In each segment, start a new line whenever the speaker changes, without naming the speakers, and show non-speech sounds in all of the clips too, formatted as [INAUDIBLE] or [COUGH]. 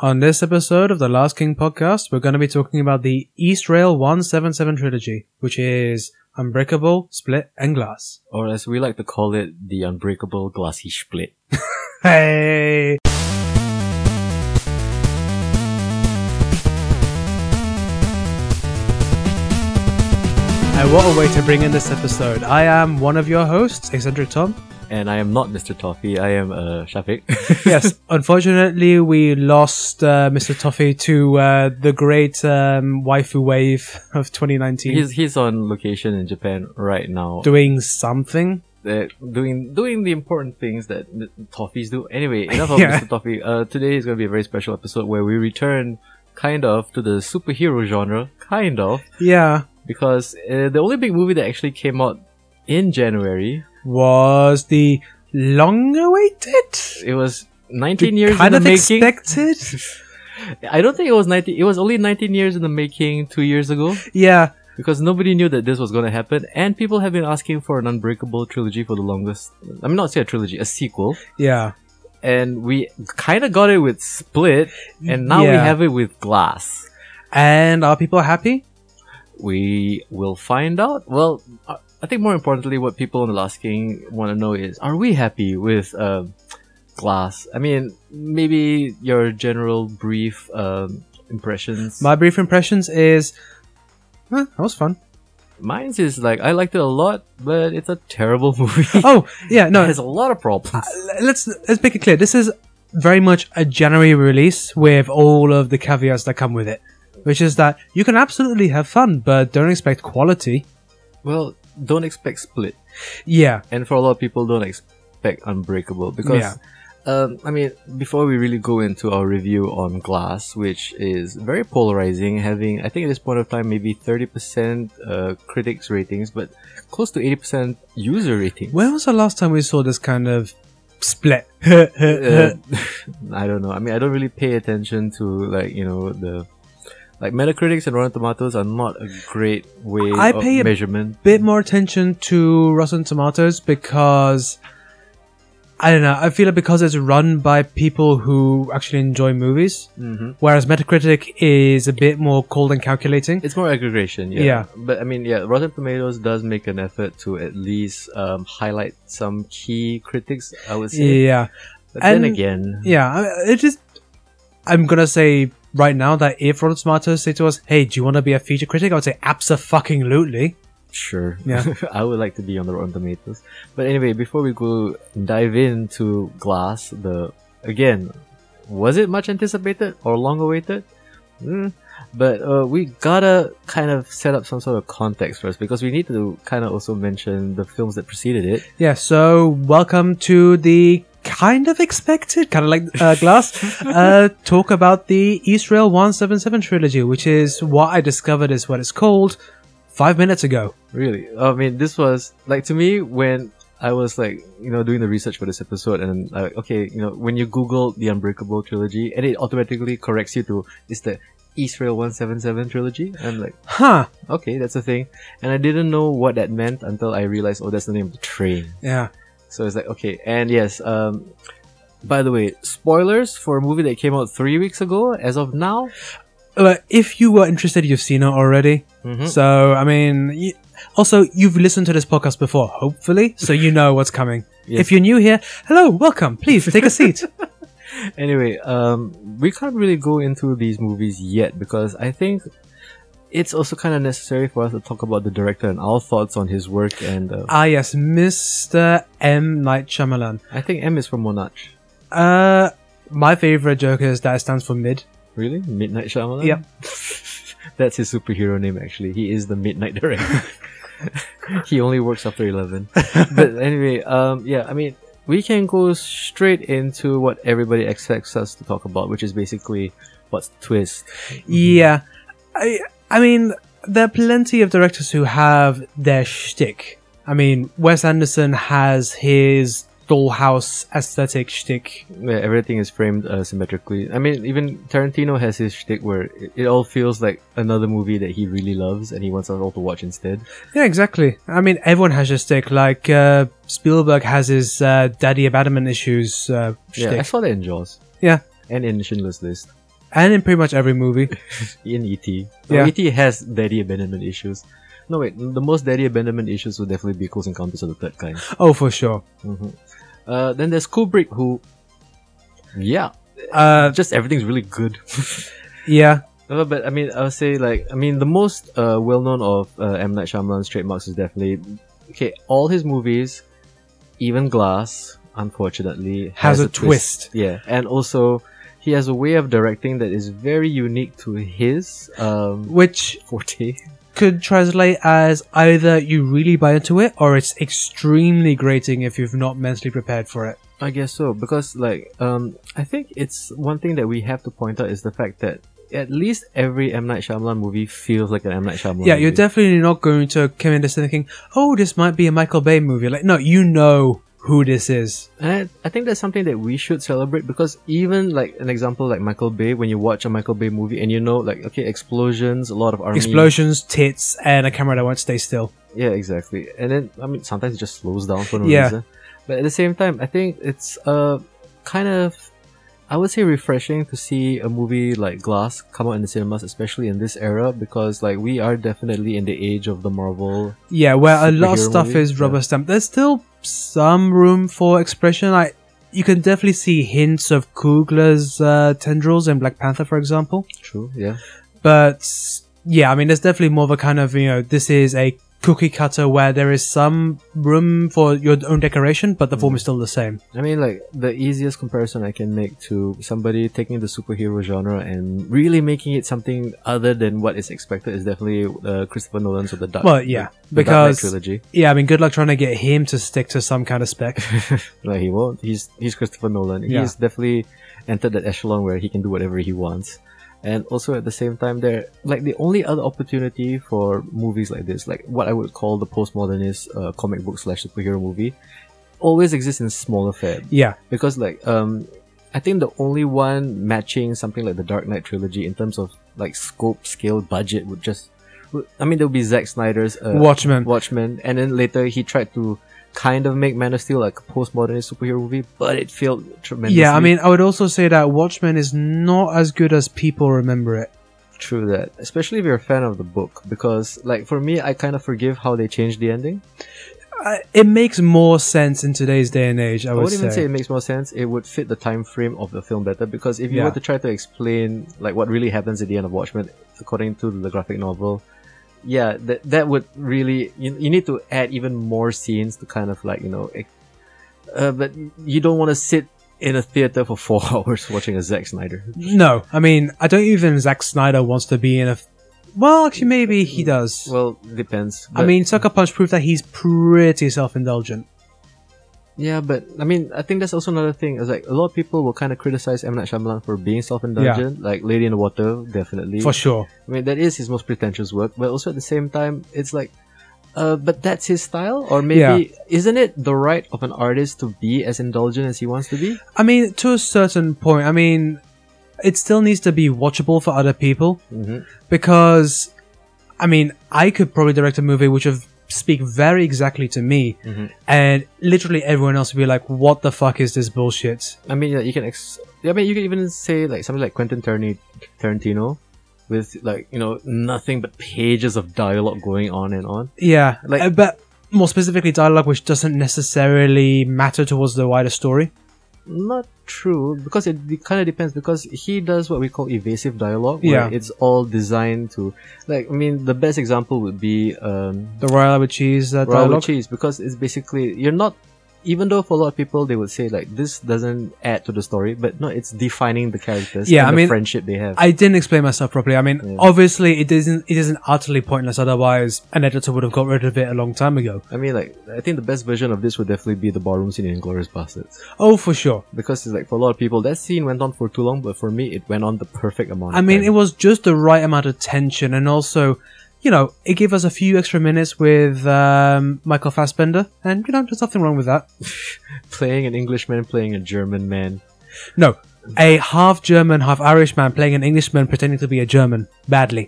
On this episode of the Last King podcast, we're going to be talking about the East Rail 177 trilogy, which is Unbreakable, Split, and Glass.
Or as we like to call it, the unbreakable glassy split.
Hey! And what a way to bring in this episode. I am one of your hosts, Eccentric Tom.
And I am not Mr. Toffee, I am uh,
[LAUGHS]
Shafiq.
yes, unfortunately, we lost uh, Mr. Toffee to uh, the great um, waifu wave of 2019.
he's he's on location in Japan right now,
doing something.
uh, doing doing the important things that m- Toffees do.
[LAUGHS]
Anyway, enough of
Yeah.
Mr. Toffee. Uh, today is going to be a very special episode where we return, kind of, to the superhero genre, kind of,
Yeah,
because uh, the only big movie that actually came out in January,
was the long-awaited,
it was 19 years in
kind
the
of
making.
expected.
[LAUGHS] I don't think it was 19. It was only 19 years in the making two years ago.
yeah,
because nobody knew that this was going to happen, and people have been asking for an Unbreakable trilogy for the longest. I mean, not say a trilogy, a sequel,
yeah,
and we kind of got it with Split, and now we
Yeah.
have it with Glass.
and are people happy?
We will find out. Well, I I think more importantly, what people on the Last King want to know is: Are we happy with um, Glass? I mean, maybe your general brief um, impressions.
My brief impressions is, huh, that was
[LAUGHS]
fun.
Mine's is like I liked it a lot, but it's a terrible [LAUGHS] movie.
Oh, yeah,
no, it
no,
has a lot of problems.
let's let's make it clear. This is very much a January release with all of the caveats that come with it, which is that you can absolutely have fun, but don't expect quality.
Well, don't expect Split,
Yeah,
and for a lot of people, don't expect Unbreakable because,
Yeah.
um, I mean, before we really go into our review on Glass, which is very polarizing, having I think at this point of time maybe thirty percent uh, critics ratings, but close to eighty percent user
[LAUGHS]
ratings.
when was the last time we saw this kind of split? [LAUGHS]
Uh, [LAUGHS] I don't know. I mean, I don't really pay attention to like you know the like Metacritic's and Rotten Tomatoes are not a great way
I
of
pay a
measurement.
bit more attention to Rotten Tomatoes because I don't know. I feel it because it's run by people who actually enjoy movies,
Mm-hmm.
whereas Metacritic is a bit more cold and calculating.
It's more aggregation, yeah.
Yeah.
But I mean, yeah, Rotten Tomatoes does make an effort to at least um, highlight some key critics, I would say.
Yeah,
But
and-
then again,
yeah. I- It is. I'm gonna say right now that if Rotten Tomatoes say to us, "Hey, do you want to be a feature critic?" I would say, "Absolutely."
sure.
Yeah.
[LAUGHS] I would like to be on the Rotten Tomatoes. But anyway, before we go dive into Glass, the again, was it much anticipated or long awaited? Mm. But uh, we gotta kind of set up some sort of context first because we need to kind of also mention the films that preceded it.
Yeah. So welcome to the kind of expected, kind of like uh, glass. uh, talk about the Israel 177 trilogy, which is what I discovered is what it's called five minutes ago.
Really? I mean, this was like to me when I was like, you know, doing the research for this episode, and like, okay, you know, when you Google the Unbreakable trilogy, and it automatically corrects you to it's the Israel One Seven Seven trilogy. I'm like,
Huh.
okay, that's a thing, and I didn't know what that meant until I realized, oh, that's the name of the train.
Yeah.
So it's like, okay, and yes, um. By the way, spoilers for a movie that came out three weeks ago. As of now,
Uh, if you were interested, you've seen it already.
Mhm.
So, I mean, y- also, you've listened to this podcast before, hopefully, so you know what's coming.
Yes.
If you're new here, hello, welcome. Please take a seat.
anyway, um, we can't really go into these movies yet because I think it's also kind of necessary for us to talk about the director and our thoughts on his work. And uh,
ah, yes, Mr. M. Night Shyamalan.
I think M is from Monarch.
Uh, my favorite joke is that it stands for mid.
Really, Midnight Shyamalan.
Yep.
[LAUGHS] that's his superhero name. Actually, he is the Midnight Director. [LAUGHS] he only works after eleven. but anyway, um, yeah, I mean, we can go straight into what everybody expects us to talk about, which is basically what's the twist.
Yeah, I I mean there are plenty of directors who have their shtick. I mean Wes Anderson has his dollhouse aesthetic shtick.
Yeah, everything is framed uh, symmetrically. I mean, even Tarantino has his shtick where it, it all feels like another movie that he really loves and he wants us all to watch instead.
Yeah, exactly. I mean everyone has their shtick. Like uh, Spielberg has his uh, daddy abandonment issues uh,
Yeah, I
shtick.
saw that in Jaws.
Yeah.
And in Schindler's List.
and in pretty much every movie.
in E ET.
Yeah.
Well, ET has daddy abandonment issues. No wait, the most daddy abandonment issues would definitely be Close Encounters of the
[LAUGHS]
Third Kind.
Oh, for sure.
hmm Uh, then there's Kubrick, who, yeah,
Uh,
just everything's really good.
yeah,
Uh, but I mean, I would say like I mean the most uh, well known of uh, M Night Shyamalan's trademarks is definitely okay. All his movies, even Glass, unfortunately,
has, a, twist.
Yeah, and also he has a way of directing that is very unique to his um,
which
forte.
could translate as either you really buy into it or it's extremely grating if you've not mentally prepared for it.
I guess so because like um, I think it's one thing that we have to point out is the fact that at least every M Night Shyamalan movie feels like an M Night Shyamalan.
yeah, you're
movie.
definitely not going to come into this thinking, oh, this might be a Michael Bay movie. Like, no, you know who this is.
And I, I think that's something that we should celebrate because even like an example like Michael Bay, when you watch a Michael Bay movie and you know like okay explosions, a lot of army
Explosions, tits, and a camera that won't stay still.
Yeah, exactly. And then I mean sometimes it just slows down for no
Yeah.
reason. But at the same time, I think it's uh kind of I would say refreshing to see a movie like Glass come out in the cinemas, especially in this era, because like we are definitely in the age of the Marvel.
Yeah, where a lot of
Superhero
stuff
movie,
is
yeah.
rubber stamped. There's still some room for expression. Like, you can definitely see hints of Kugler's uh, tendrils in Black Panther, for example.
True. Yeah.
But yeah, I mean, there's definitely more of a kind of you know, this is a cookie cutter where there is some room for your own decoration, but the
Mm.
form is still the same.
I mean, like, the easiest comparison I can make to somebody taking the superhero genre and really making it something other than what is expected is definitely uh, Christopher Nolan's of the Dark.
Well, yeah,
the Dark Knight
because-
trilogy.
Yeah, I mean, good luck trying to get him to stick to some kind of
[LAUGHS]
spec.
No, he won't. He's he's Christopher Nolan.
Yeah.
He's definitely entered that echelon where he can do whatever he wants. And also at the same time, there like the only other opportunity for movies like this, like what I would call the postmodernist uh, comic book slash superhero movie, always exists in smaller fare.
yeah,
because like um I think the only one matching something like the Dark Knight trilogy in terms of like scope, scale, budget would just would- I mean there would be Zack Snyder's uh,
Watchmen.
Watchmen and then later he tried to kind of make Man of Steel like a postmodernist superhero movie but it failed tremendously.
yeah, I mean, I would also say that Watchmen is not as good as people remember it.
true that especially if you're a fan of the book because like for me I kind of forgive how they changed the ending.
Uh, it makes more sense in today's day and age. I
I
would
wouldn't
say.
even say it makes more sense. It would fit the time frame of the film better because if you
Yeah.
were to try to explain like what really happens at the end of Watchmen according to the graphic novel, yeah, that that would really you, you need to add even more scenes to kind of like you know, ex- uh, but you don't want to sit in a theater for [LAUGHS] four hours watching a Zack Snyder.
no, I mean, I don't even Zack Snyder wants to be in a. F- well, actually, maybe he does.
Well, depends.
I
but-
mean, Sucker Punch proved that he's pretty self-indulgent.
Yeah, but I mean, I think that's also another thing. Is like a lot of people will kind of criticize M Night Shyamalan for being self-indulgent. Like Lady in the Water, definitely.
For sure.
I mean, that is his most pretentious work, but also at the same time, it's like, uh, but that's his style, or maybe isn't it the right of an artist to be as indulgent as he wants to be?
I mean, to a certain point, I mean, it still needs to be watchable for other people
Mm-hmm.
because, I mean, I could probably direct a movie which would speak very exactly to me,
Mhm.
and literally everyone else would be like, "What the fuck is this bullshit?"
I mean, yeah, you can. Ex- I mean, you can even say like something like Quentin Tarni- Tarantino, with like you know nothing but pages of dialogue going on and on.
Yeah,
Like-
like, but more specifically, dialogue which doesn't necessarily matter towards the wider story.
Not true, because it de- kind of depends. Because he does what we call evasive dialogue,
Yeah.
where it's all designed to, like, I mean, the best example would be um,
The Royal Albert Cheese uh,
Raw
dialogue.
with cheese because it's basically you're not even though for a lot of people they would say like this doesn't add to the story but no it's defining the characters
Yeah,
and
I
the
mean,
friendship they have
I didn't explain myself properly. I mean,
Yeah.
obviously, it isn't it isn't utterly pointless. Otherwise, an editor would have got rid of it a long time ago.
I mean like I think the best version of this would definitely be the ballroom scene in Glorious Bastards
Oh, for sure.
because it's like for a lot of people that scene went on for too long but for me it went on the perfect amount
I
of
mean, it
time.
was just the right amount of tension, and also, you know, it gave us a few extra minutes with um, Michael Fassbender, and you know, there's nothing wrong with that.
playing an Englishman playing a German man
[LAUGHS] No, a half German, half Irish man playing an Englishman pretending to be a German badly.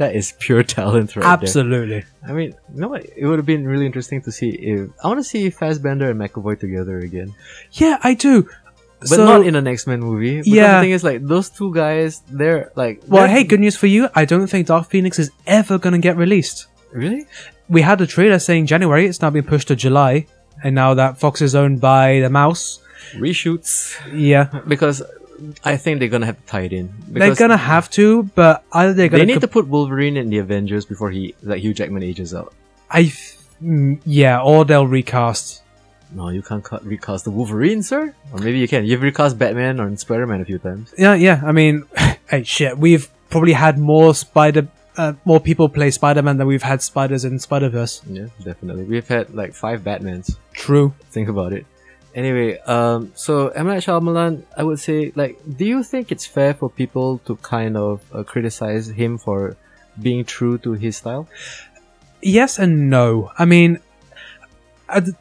that is pure talent right there.
Absolutely.
I mean you know what it would have been really interesting to see if I want to see Fassbender and McAvoy together again
Yeah, I do.
but
So-
not in an X Men movie. Because
Yeah.
the thing is, like those two guys, they're like,
Well,
they're-
hey, good news for you. I don't think Dark Phoenix is ever going to get released.
really?
We had a trailer saying January, it's now been pushed to July. And now that Fox is owned by the mouse,
Reshoots
yeah,
[LAUGHS] because I think they're gonna have to tie it in.
they're
Because
gonna have to, but either they're gonna.
they need
comp-
to put Wolverine in the Avengers before he like Hugh Jackman ages out.
I, th- mm, yeah, or they'll recast.
No, you can't cut, recast the Wolverine, sir. Or maybe you can. You've recast Batman or Spider Man a few times.
Yeah, yeah. I mean, [LAUGHS] hey, shit. We've probably had more Spider, uh, more people play Spider-Man than we've had spiders in Spider-Verse.
Yeah, definitely. We've had like five Batmans.
True.
Think about it. Anyway, um, so M Night Shyamalan, I would say, like, do you think it's fair for people to kind of uh, criticize him for being true to his style?
yes and no. I mean, I d-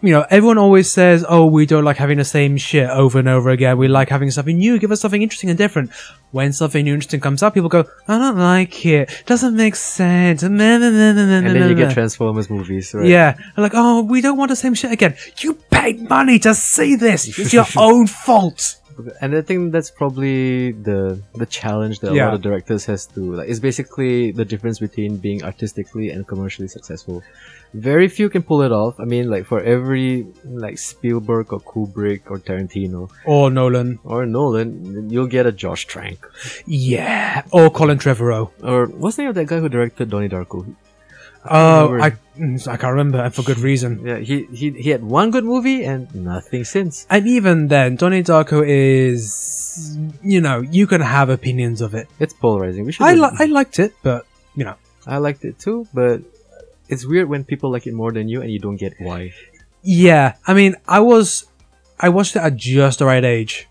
you know, everyone always says, "Oh, we don't like having the same shit over and over again. We like having something new. Give us something interesting and different." When something new interesting comes up, people go, "I don't like it. Doesn't make sense." And then
and then you
you
get Transformers movies, right?
Yeah, They're like, "Oh, we don't want the same shit again." You paid money to see this.
[LAUGHS]
It's your own fault.
And I think that's probably the the challenge that a
Yeah.
lot of directors has to like. It's basically the difference between being artistically and commercially successful. Very few can pull it off. I mean, like for every like Spielberg or Kubrick or Tarantino
Or Nolan.
or Nolan, you'll get a Josh Trank
Yeah. Or Colin Trevorrow.
or what's the name of that guy who directed Donnie Darko?
Oh, I,
remember.
mm, I can't remember, and for good reason.
Yeah, he he he had one good movie and nothing since.
And even then, Donnie Darko is, you know, you can have opinions of it.
It's polarizing. We should.
I, li- I liked it, but
I liked it too, but it's weird when people like it more than you and you don't get why.
yeah, I mean, I was, I watched it at just the right age,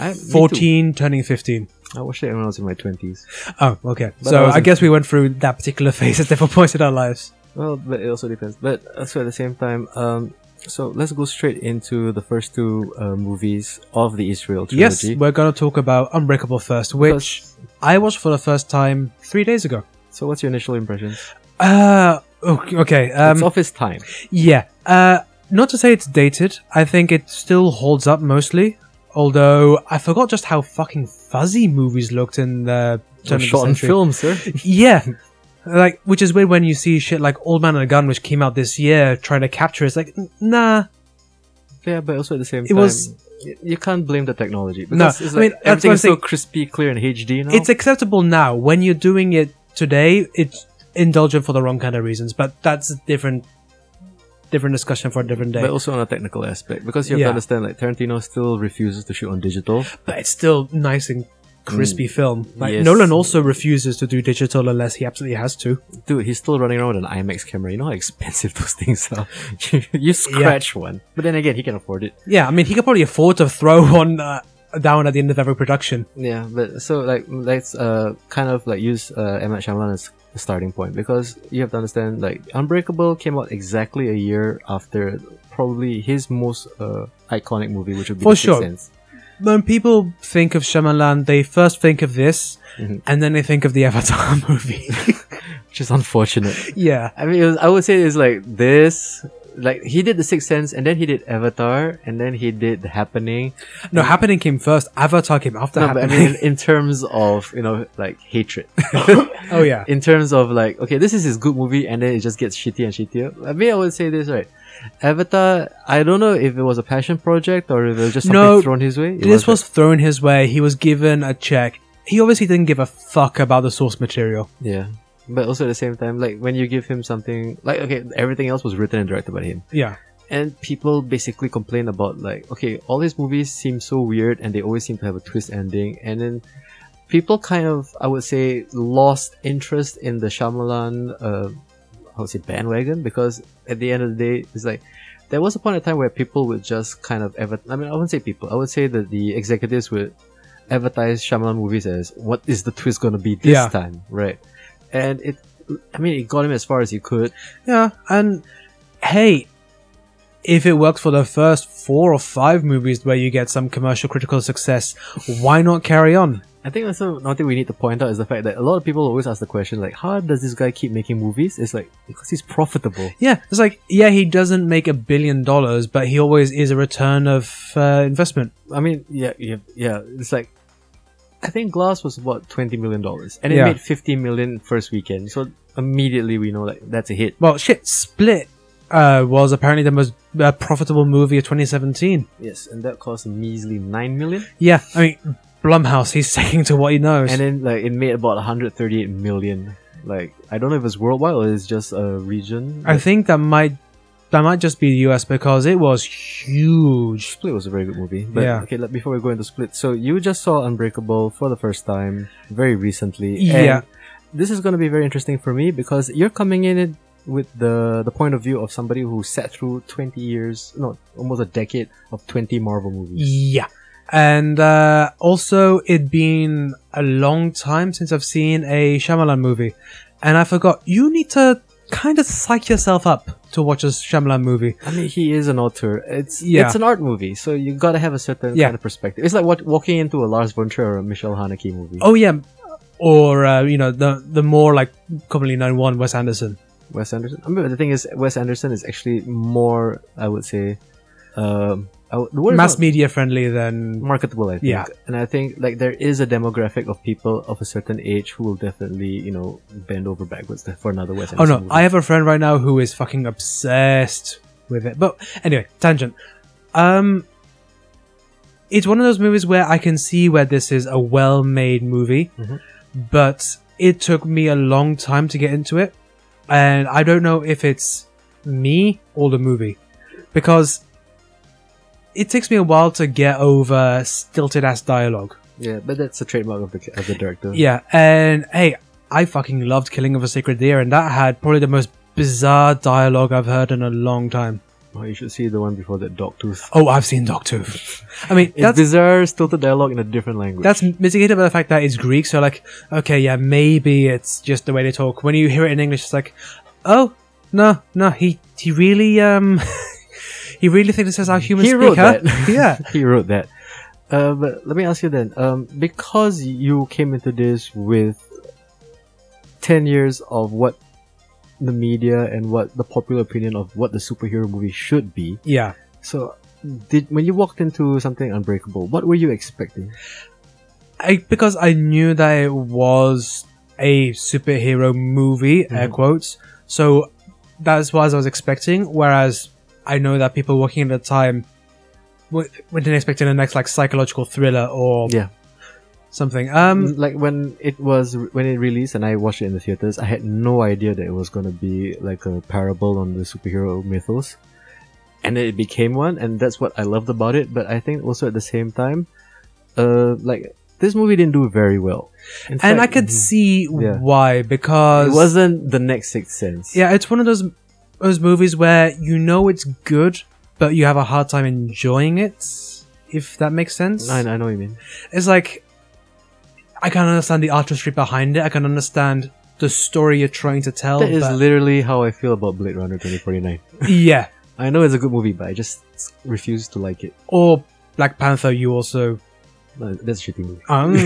I, me too.
fourteen, turning fifteen.
I watched it when I was in my twenties.
Oh, okay.
But I
so I,
wasn't-
guess we went through that particular [LAUGHS] phase at different points in our lives.
Well, but it also depends. But also at the same time, um, so let's go straight into the first two uh, movies of the Israel
Yes,
trilogy.
we're gonna talk about Unbreakable first, which
Because-
I watched for the first time three days ago.
so what's your initial impressions?
Uh, okay. okay um,
it's of its time.
Yeah. Uh, not to say it's dated. I think it still holds up mostly. Although I forgot just how fucking fuzzy movies looked in the
It was
turn of the
shot on
century.
film, sir. [LAUGHS]
Yeah. Like, which is weird when you see shit like Old Man and a Gun, which came out this year, trying to capture. it. It's like, n- nah.
yeah, but also at the same
It
time,
was-
y- you can't blame the technology.
No,
Because it's
I
like
mean, that's what
everything
I'm
is so
saying.
crispy, clear, and HD now.
It's acceptable now. When you're doing it today, it's indulgent for the wrong kind of reasons. But that's a different, different discussion for a different day.
but also on a technical aspect, because you have to
Yeah.
understand, like Tarantino still refuses to shoot on digital.
but it's still nice and crispy film. Like
Mm. Yes.
Nolan also refuses to do digital unless he absolutely has to.
Dude, he's still running around with an IMAX camera. You know how expensive [LAUGHS] those things are. you scratch one, but then again, he can afford it.
Yeah, I mean he could probably afford to throw [LAUGHS] one uh, down at the end of every production.
Yeah, but so like let's uh kind of like use uh M Night Shyamalan as a starting point because you have to understand like Unbreakable came out exactly a year after probably his most uh iconic movie, which would be
For
The Sixth
sure.
Sense.
When people think of Shyamalan, they first think of this,
Mhm.
and then they think of the [LAUGHS] Avatar movie. [LAUGHS]
which is unfortunate.
yeah,
[LAUGHS] I mean, it was, I would say it's like this. Like he did The Sixth Sense, and then he did Avatar, and then he did The Happening.
no, Happening came first. Avatar came after
Mm. No, but I
Happening.
mean, in terms of you know like hatred. [LAUGHS]
oh yeah,
in terms of like, okay, this is his good movie, and then it just gets shittier and shittier. I mean, I would say this right. Avatar, I don't know if it was a passion project or if it was just something
No,
thrown his way. It
this
was
was thrown his way. He was given a check. He obviously didn't give a fuck about the source material.
yeah, but also at the same time, like when you give him something, like okay, everything else was written and directed by him,
Yeah,
and people basically complain about like, okay, all his movies seem so weird, and they always seem to have a twist ending, and then. People kind of, I would say, lost interest in the Shyamalan uh, I would say bandwagon because at the end of the day, it's like there was a point in time where people would just kind of adver- I mean, I wouldn't say people. I would say that the executives would advertise Shyamalan movies as what is the twist going to be this
Yeah.
time, right? And it, I mean, it got him as far as he could.
Yeah, and hey, if it works for the first four or five movies where you get some commercial critical success, why not carry on?
I think also one thing we need to point out is the fact that a lot of people always ask the question like, how does this guy keep making movies? It's like because he's profitable.
Yeah, it's like yeah, he doesn't make a billion dollars, but he always is a return of uh, investment.
I mean, yeah, yeah, yeah. It's like I think Glass was about twenty million dollars, and it
Yeah.
made fifty million first weekend. So immediately we know like that's a hit.
Well, shit, Split uh, was apparently the most uh, profitable movie of 2017.
Yes, and that cost a measly nine million,
Yeah, I mean Blumhouse, he's [LAUGHS] sticking to what he knows.
and then like it made about one hundred thirty-eight million. Like I don't know if it's worldwide or it's just a region.
I
Like,
think that might that might just be the US because it was huge.
Split was a very good movie. But
Yeah.
okay, let, before we go into Split, so you just saw Unbreakable for the first time very recently.
Yeah.
And this is going to be very interesting for me because you're coming in it with the the point of view of somebody who sat through 20 years, no, almost a decade of 20 Marvel movies.
Yeah. And uh, also, it been a long time since I've seen a Shyamalan movie, and I forgot you need to kind of psych yourself up to watch a Shyamalan movie.
I mean, he is an author. It's
Yeah.
it's an art movie, so you got to have a certain
Yeah.
kind of perspective. It's like what, walking into a Lars von Trier or a Michel Haneke movie.
Oh yeah, or uh, you know the the more like commonly known one, Wes Anderson.
Wes Anderson. I mean, the thing is, Wes Anderson is actually more, I would say, um, I would- the word is
mass
not-
media friendly than
marketable, I think.
Yeah.
And I think like there is a demographic of people of a certain age who will definitely, you know, bend over backwards for another Wes
oh
Anderson.
no
movie.
i have a friend right now who is fucking obsessed with it but anyway tangent um it's one of those movies where i can see where this is a well-made movie
Mhm.
but it took me a long time to get into it and i don't know if it's me or the movie because it takes me a while to get over stilted ass dialogue
Yeah, but that's the trademark of the, of the director.
yeah, and hey, I fucking loved Killing of a Sacred Deer, and that had probably the most bizarre dialogue I've heard in a long time.
Oh, you should see the one before that, Dogtooth.
Oh, I've seen Dogtooth. I mean,
It's
that's
bizarre, stilted dialogue in a different language.
that's mitigated by the fact that it's Greek, so like, okay, yeah, maybe it's just the way they talk. When you hear it in English, it's like, oh, no, no, he he really um [LAUGHS] he really thinks this is how humans
he
speak,
wrote
huh?
[LAUGHS] that.
[LAUGHS] yeah.
he wrote that. Uh, but let me ask you then, um, because you came into this with ten years of what the media and what the popular opinion of what the superhero movie should be,
Yeah.
So, did when you walked into something unbreakable, what were you expecting?
I because I knew that it was a superhero movie, air
Mhm.
quotes. So that's what I was expecting. Whereas I know that people working at the time w- weren't expecting the next like psychological thriller or
Yeah. Mm,
something. Um,
like when it was when it released and I watched it in the theaters, I had no idea that it was gonna be like a parable on the superhero mythos, and then it became one, and that's what I loved about it. But I think also at the same time, uh, like this movie didn't do very well, In
and I
fact, mm-hmm.
could see
Yeah.
why because
it wasn't the next Sixth Sense.
yeah, it's one of those those movies where you know it's good, but you have a hard time enjoying it. If that makes sense.
I, I know what you mean.
it's like I can understand the artistry behind it. I can understand the story you're trying to tell.
that is
but-
literally how I feel about Blade Runner twenty forty nine.
[LAUGHS] yeah.
I know it's a good movie, but I just refuse to like it.
Or Black Panther, you also.
No, That's a shitty movie.
[LAUGHS] Um,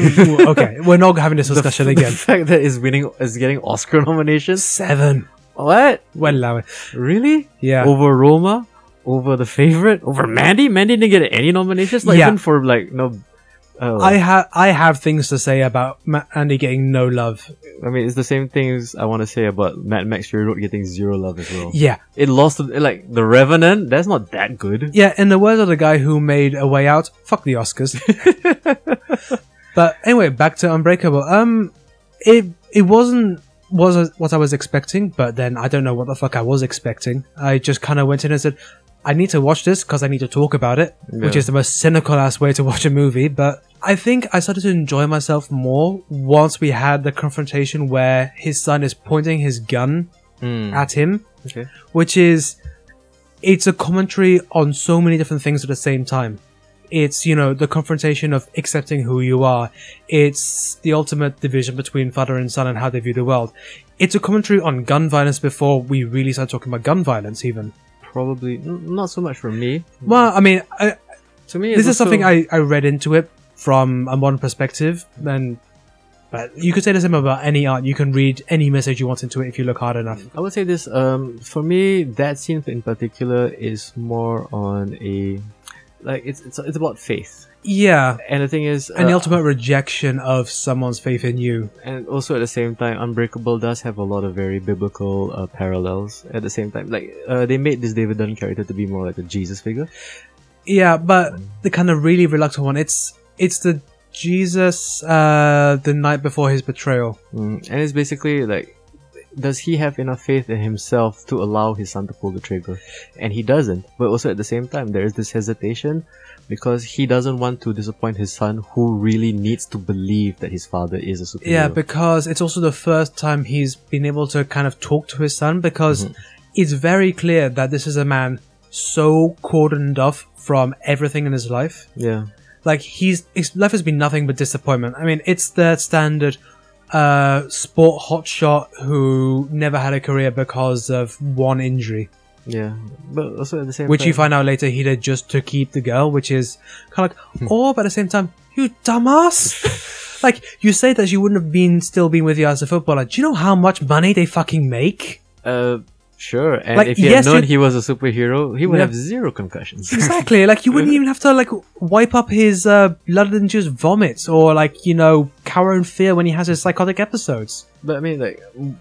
okay, we're not having this
Oh. The
discussion
f- [LAUGHS]
again.
The fact that it's winning is getting Oscar [LAUGHS] nominations.
Seven.
What?
Well, allow it.
Really?
Yeah.
Over Roma? Over the favorite? Over Mandy? Mandy didn't get any nominations. Like
Yeah.
even for like no. Oh,
I
I
have I have things to say about Ma- Andy getting no love.
I mean it's the same things I want to say about Mad Max Fury Road getting zero love as well.
Yeah,
It lost to- like the Revenant. That's not that good.
yeah. In the words of the guy who made A Way Out, fuck the Oscars. but anyway, back to Unbreakable. Um, it it wasn't was what I was expecting, but then I don't know what the fuck I was expecting. I just kind of went in and said, I need to watch this because I need to talk about it, which
Yeah.
is the most cynical ass way to watch a movie. But I think I started to enjoy myself more once we had the confrontation where his son is pointing his gun
Mm.
at him,
Okay.
which is it's a commentary on so many different things at the same time. It's you know the confrontation of accepting who you are. It's the ultimate division between father and son and how they view the world. It's a commentary on gun violence before we really start talking about gun violence. Even
Probably n- not so much for me. Mm.
well, I mean, I,
To me,
this
it's
is something
also-
I, I read into it from a modern perspective. And but you could say the same about any art. You can read any message you want into it if you look hard enough.
I would say this. Um, for me, that scene in particular is more on a like it's it's, it's about faith.
Yeah,
And the thing is,
and the
uh,
ultimate rejection of someone's faith in you.
and also at the same time, Unbreakable does have a lot of very biblical uh, parallels. At the same time, like uh, they made this David Dunn character to be more like a Jesus figure.
Yeah, but the kind of really reluctant one. It's it's the Jesus uh, the night before his betrayal.
Mm, and it's basically like, does he have enough faith in himself to allow his son to pull the trigger? And he doesn't. But also at the same time, there is this hesitation because he doesn't want to disappoint his son who really needs to believe that his father is a superhero.
Yeah, because it's also the first time he's been able to kind of talk to his son because it's very clear that this is a man so cordoned off from everything in his life.
yeah.
Like he's his life has been nothing but disappointment. I mean, it's the standard uh sport hotshot who never had a career because of one injury.
Yeah. But also at the same
Which
time.
you find out later he did just to keep the girl, which is kind of like, oh, but at the same time, you dumbass. like, you say that she wouldn't have been still been with you as a footballer. Do you know how much money they fucking make?
Uh, sure. And
Like,
if he
yes,
had known
you-
he was a superhero, he would
Yeah.
have zero concussions. [LAUGHS]
Exactly. Like, you wouldn't even have to, like, wipe up his uh, blood and just vomits or, like, you know, cower in fear when he has his psychotic episodes.
but I mean, like. w-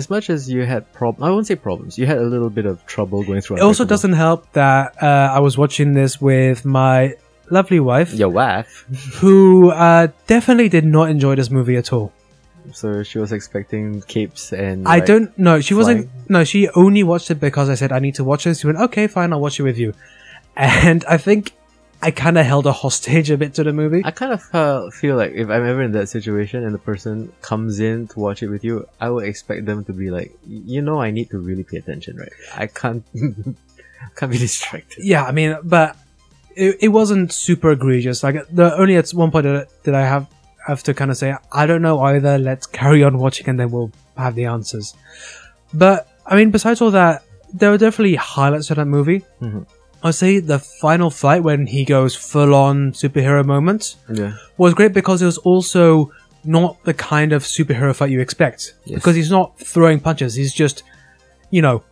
As much as you had problems, I won't say problems. You had a little bit of trouble going through.
It also
Unbreakable.
doesn't help that uh, I was watching this with my lovely wife,
Your wife.
who uh, definitely did not enjoy this movie at all.
So she was expecting capes and.
I
like-
don't know. She wasn't. No, she only watched it because I said I need to watch this. She went, okay, fine, I'll watch it with you. And I think I kind of held a hostage a bit to the movie.
I kind of uh, feel like if I'm ever in that situation and the person comes in to watch it with you, I would expect them to be like, you know, I need to really pay attention, right? I can't, [LAUGHS] can't be distracted.
yeah, I mean, but it, it wasn't super egregious. Like the only at one point that that I have have to kind of say I don't know either. Let's carry on watching and then we'll have the answers. But I mean, besides all that, there were definitely highlights to that movie.
Mhm.
I'd say the final fight when he goes full on superhero moment.
Yeah,
was great because it was also not the kind of superhero fight you expect.
Yes.
Because he's not throwing punches, he's just, you know,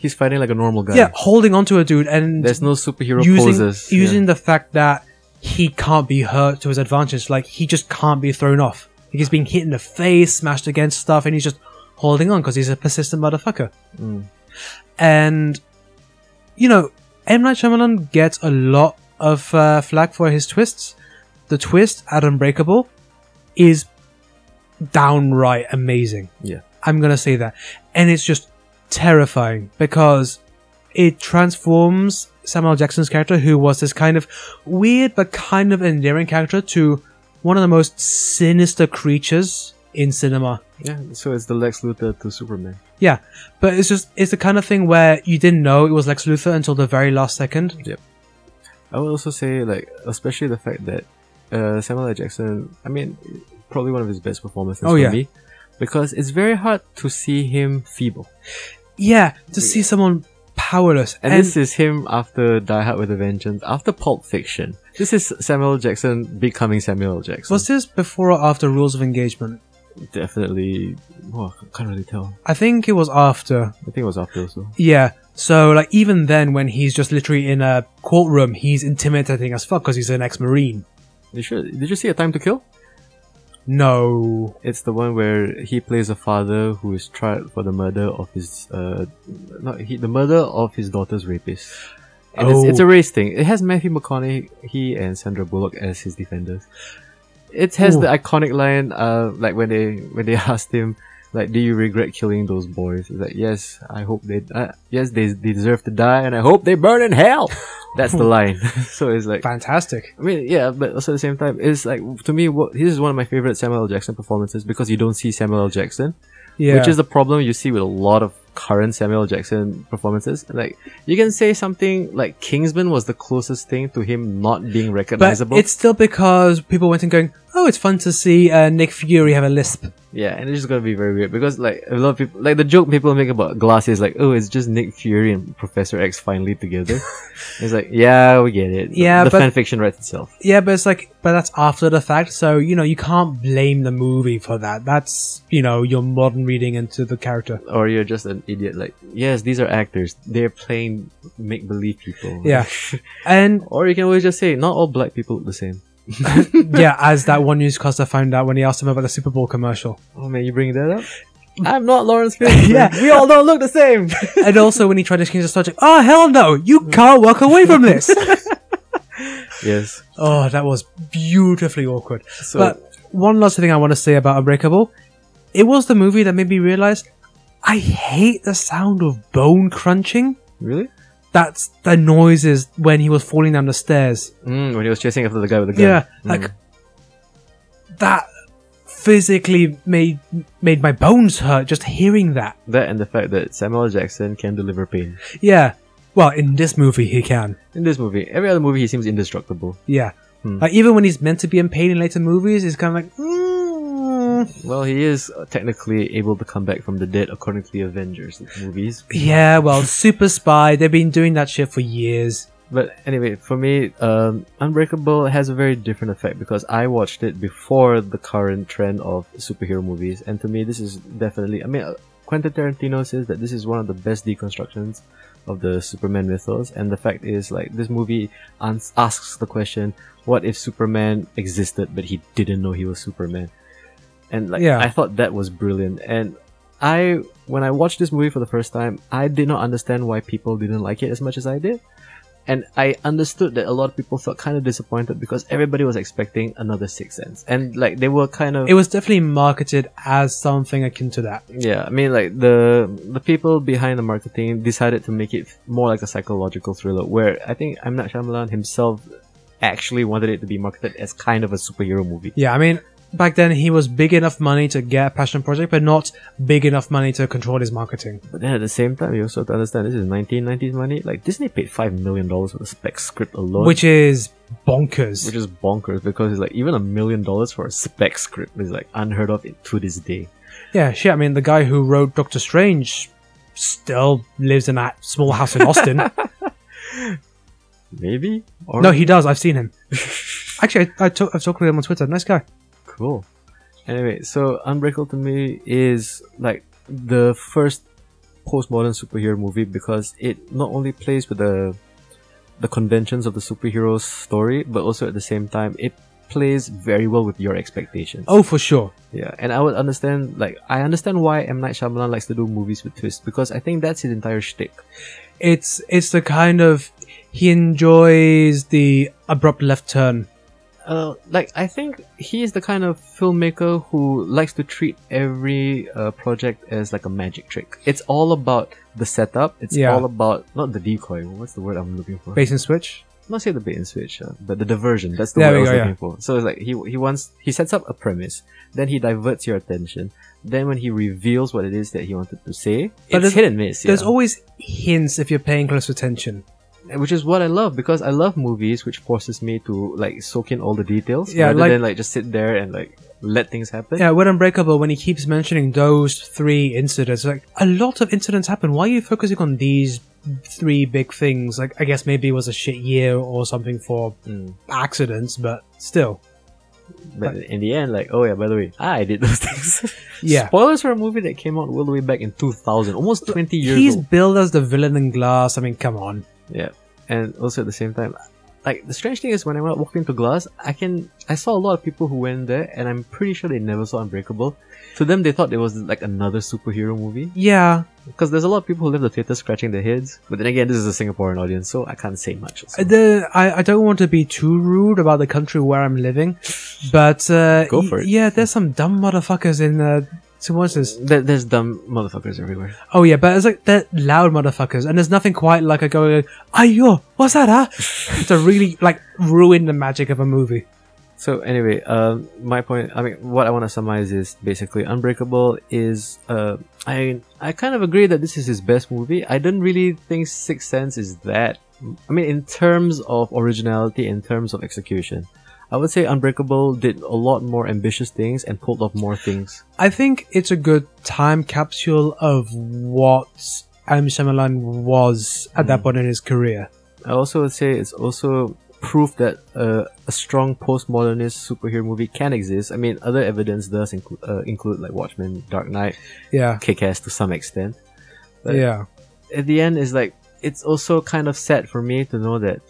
he's fighting like a normal guy.
yeah, holding onto a dude and
there's no superhero
using
poses. Yeah.
using the fact that he can't be hurt to his advantage. Like he just can't be thrown off. Like, he's being hit in the face, smashed against stuff, and he's just holding on because he's a persistent motherfucker.
Mm.
And you know, M Night Shyamalan gets a lot of uh, flack for his twists. The twist at Unbreakable is downright amazing.
Yeah.
I'm gonna say that, and it's just terrifying because it transforms Samuel Jackson's character, who was this kind of weird but kind of endearing character, to one of the most sinister creatures in cinema.
Yeah, so it's the Lex Luthor to Superman.
Yeah, but it's just it's the kind of thing where you didn't know it was Lex Luthor until the very last second.
I would also say, like, especially the fact that uh, Samuel L. Jackson, I mean, probably one of his best performances
Oh,
for
yeah.
me. Because it's very hard to see him feeble.
Yeah, to see someone powerless
And, this is him after Die Hard with a Vengeance, after Pulp Fiction. This is Samuel L. Jackson becoming Samuel L. Jackson.
was this before or after Rules of Engagement?
Definitely. Oh, I can't really tell.
I think it was after.
I think it was after also.
Yeah. So like even then, when he's just literally in a courtroom, he's intimidating as fuck because he's an ex-marine.
You sure? Did you see A Time to Kill?
No.
It's the one where he plays a father who is tried for the murder of his uh, not he, the murder of his daughter's rapist. And it's, it's a
Oh.
race thing. It has Matthew McConaughey and Sandra Bullock as his defenders. It has
Ooh.
the iconic line, uh, like when they when they [LAUGHS] asked him, like, "Do you regret killing those boys?" He's like, "Yes, I hope they, uh, yes, they, they deserve to die, and I hope they burn in
[LAUGHS]
hell." That's the line. [LAUGHS] so it's like,
Fantastic.
I mean, yeah, but also at the same time, it's like to me, what, this is one of my favorite Samuel L. Jackson performances because you don't see Samuel L. Jackson,
Yeah.
which is the problem you see with a lot of current Samuel L. Jackson performances. Like you can say something like Kingsman was the closest thing to him not being
but
recognizable.
it's still because people went and going, oh, it's fun to see uh, Nick Fury have a lisp.
Yeah, and it's just gonna be very weird because like a lot of people, like the joke people make about Glass is like, oh, it's just Nick Fury and Professor X
[LAUGHS]
finally together. it's like, yeah, we get it. The-
Yeah,
the
but-
fan fiction writes itself.
Yeah, but it's like, but that's after the fact. So you know, you can't blame the movie for that. That's you know your modern reading into the character.
Or you're just an idiot. Like, yes, these are actors. They're playing make believe people. [LAUGHS]
Yeah, and
Or you can always just say, not all black people look the same.
yeah, as that one newscaster found out when he asked him about the Super Bowl commercial,
Oh man, you bring that [LAUGHS] up? I'm not [LAUGHS] Lawrence Fishburne.
Yeah.
we all don't look the same.
and also when he tried to change the subject. Oh hell no! You can't walk away from this.
[LAUGHS] yes.
[LAUGHS] oh, that was beautifully awkward.
So
but one last thing I want to say about Unbreakable, it was the movie that made me realize I hate the sound of bone crunching.
really,
That's the noises when he was falling down the stairs.
mm, when he was chasing after the guy with the gun.
Yeah,
Mm.
like that physically made made my bones hurt just hearing that.
that, and the fact that Samuel L. Jackson can deliver pain
Yeah. Well, in this movie he can.
in this movie. Every other movie, he seems indestructible.
Yeah.
Hmm.
Like even when he's meant to be in pain in later movies, he's kind of like, mm.
Well, he is technically able to come back from the dead according to the Avengers movies.
yeah, well, [LAUGHS] super spy. They've been doing that shit for years.
But anyway, for me, um, Unbreakable has a very different effect because I watched it before the current trend of superhero movies, and to me, this is definitely. I mean, uh, Quentin Tarantino says that this is one of the best deconstructions of the Superman mythos, and the fact is, like, this movie ans- asks the question: What if Superman existed but he didn't know he was Superman? And like,
Yeah.
I thought that was brilliant, and I when I watched this movie for the first time, I did not understand why people didn't like it as much as I did. And I understood that a lot of people felt kind of disappointed because everybody was expecting another Sixth Sense. And like they were kind of
It was definitely marketed as something akin to that.
yeah, I mean like the the people behind the marketing decided to make it more like a psychological thriller where I think M. Night Shyamalan himself actually wanted it to be marketed as kind of a superhero movie.
Yeah, I mean, back then he was big enough money to get a passion project, but not big enough money to control his marketing.
But then at the same time, you also have to understand this is 1990s money. Like Disney paid five million dollars for the spec script alone,
Which is bonkers.
which is bonkers because it's like even a million dollars for a spec script is like unheard of to this day.
yeah, shit, I mean, the guy who wrote Doctor Strange still lives in that small house in
[LAUGHS]
Austin.
Maybe or
no, he does. I've
[LAUGHS]
seen him. Actually, I, I talk, I've talked with him on Twitter. Nice guy.
cool. Anyway, so Unbreakable to me is like the first postmodern superhero movie because it not only plays with the the conventions of the superhero story, but also at the same time it plays very well with your expectations.
Oh, for sure.
Yeah, and I would understand like I understand why M Night Shyamalan likes to do movies with twists because I think that's his entire shtick.
It's it's the kind of he enjoys the abrupt left turn.
Uh, like I think he is the kind of filmmaker who likes to treat every uh, project as like a magic trick. It's all about the setup. It's
Yeah.
all about not the decoy. What's the word I'm looking for?
Bait and switch.
not say the bait and switch, uh, but the diversion. That's the
There
word I
we
was
go,
looking
yeah.
for. So it's like he he wants he sets up a premise, then he diverts your attention. Then when he reveals what it is that he wanted to say,
But
it's
there's-
hit and miss.
There's
yeah.
always hints if you're paying close attention.
which is what I love because I love movies which forces me to like soak in all the details
Yeah,
rather
like-
than like just sit there and like let things happen.
Yeah, with Unbreakable, when he keeps mentioning those three incidents, like a lot of incidents happen. Why are you focusing on these three big things? Like, I guess maybe it was a shit year or something for
Mm.
accidents, but still,
But in the end, like, oh yeah, by the way, I did those [LAUGHS] things.
yeah.
Spoilers for a movie that came out all the way back in 2000, almost 20 years
He's
old.
billed as the villain in Glass. I mean, come on.
Yeah. And also at the same time, like, the strange thing is when I went- walked into Glass, I can, I saw a lot of people who went there and I'm pretty sure they never saw Unbreakable. To them, they thought it was like another superhero movie.
Yeah,
Because there's a lot of people who leave the theater scratching their heads. But then again, this is a Singaporean audience, so I can't say much. also.
Uh, the I, I don't want to be too rude about the country where I'm living, but uh,
Go for
y-
it.
Yeah, there's some dumb motherfuckers in uh, so what's this?
There- there's dumb motherfuckers everywhere.
Oh yeah, but it's like they're loud motherfuckers, and there's nothing quite like a going, "Ayo, what's that?" Huh? [LAUGHS] to really like ruin the magic of a movie.
So anyway, um, my point. I mean, what I want to summarize is basically Unbreakable is. Uh, I I kind of agree that this is his best movie. I don't really think Sixth Sense is that. I mean, in terms of originality, in terms of execution, I would say Unbreakable did a lot more ambitious things and pulled off more things.
I think it's a good time capsule of what M. Shyamalan was at
Mm.
that point in his career.
I also would say it's also proof that uh, a strong postmodernist superhero movie can exist. I mean, other evidence does inclu- uh, include like Watchmen, Dark Knight,
Yeah,
Kick-Ass to some extent. But-
yeah.
At the end, is like it's also kind of sad for me to know that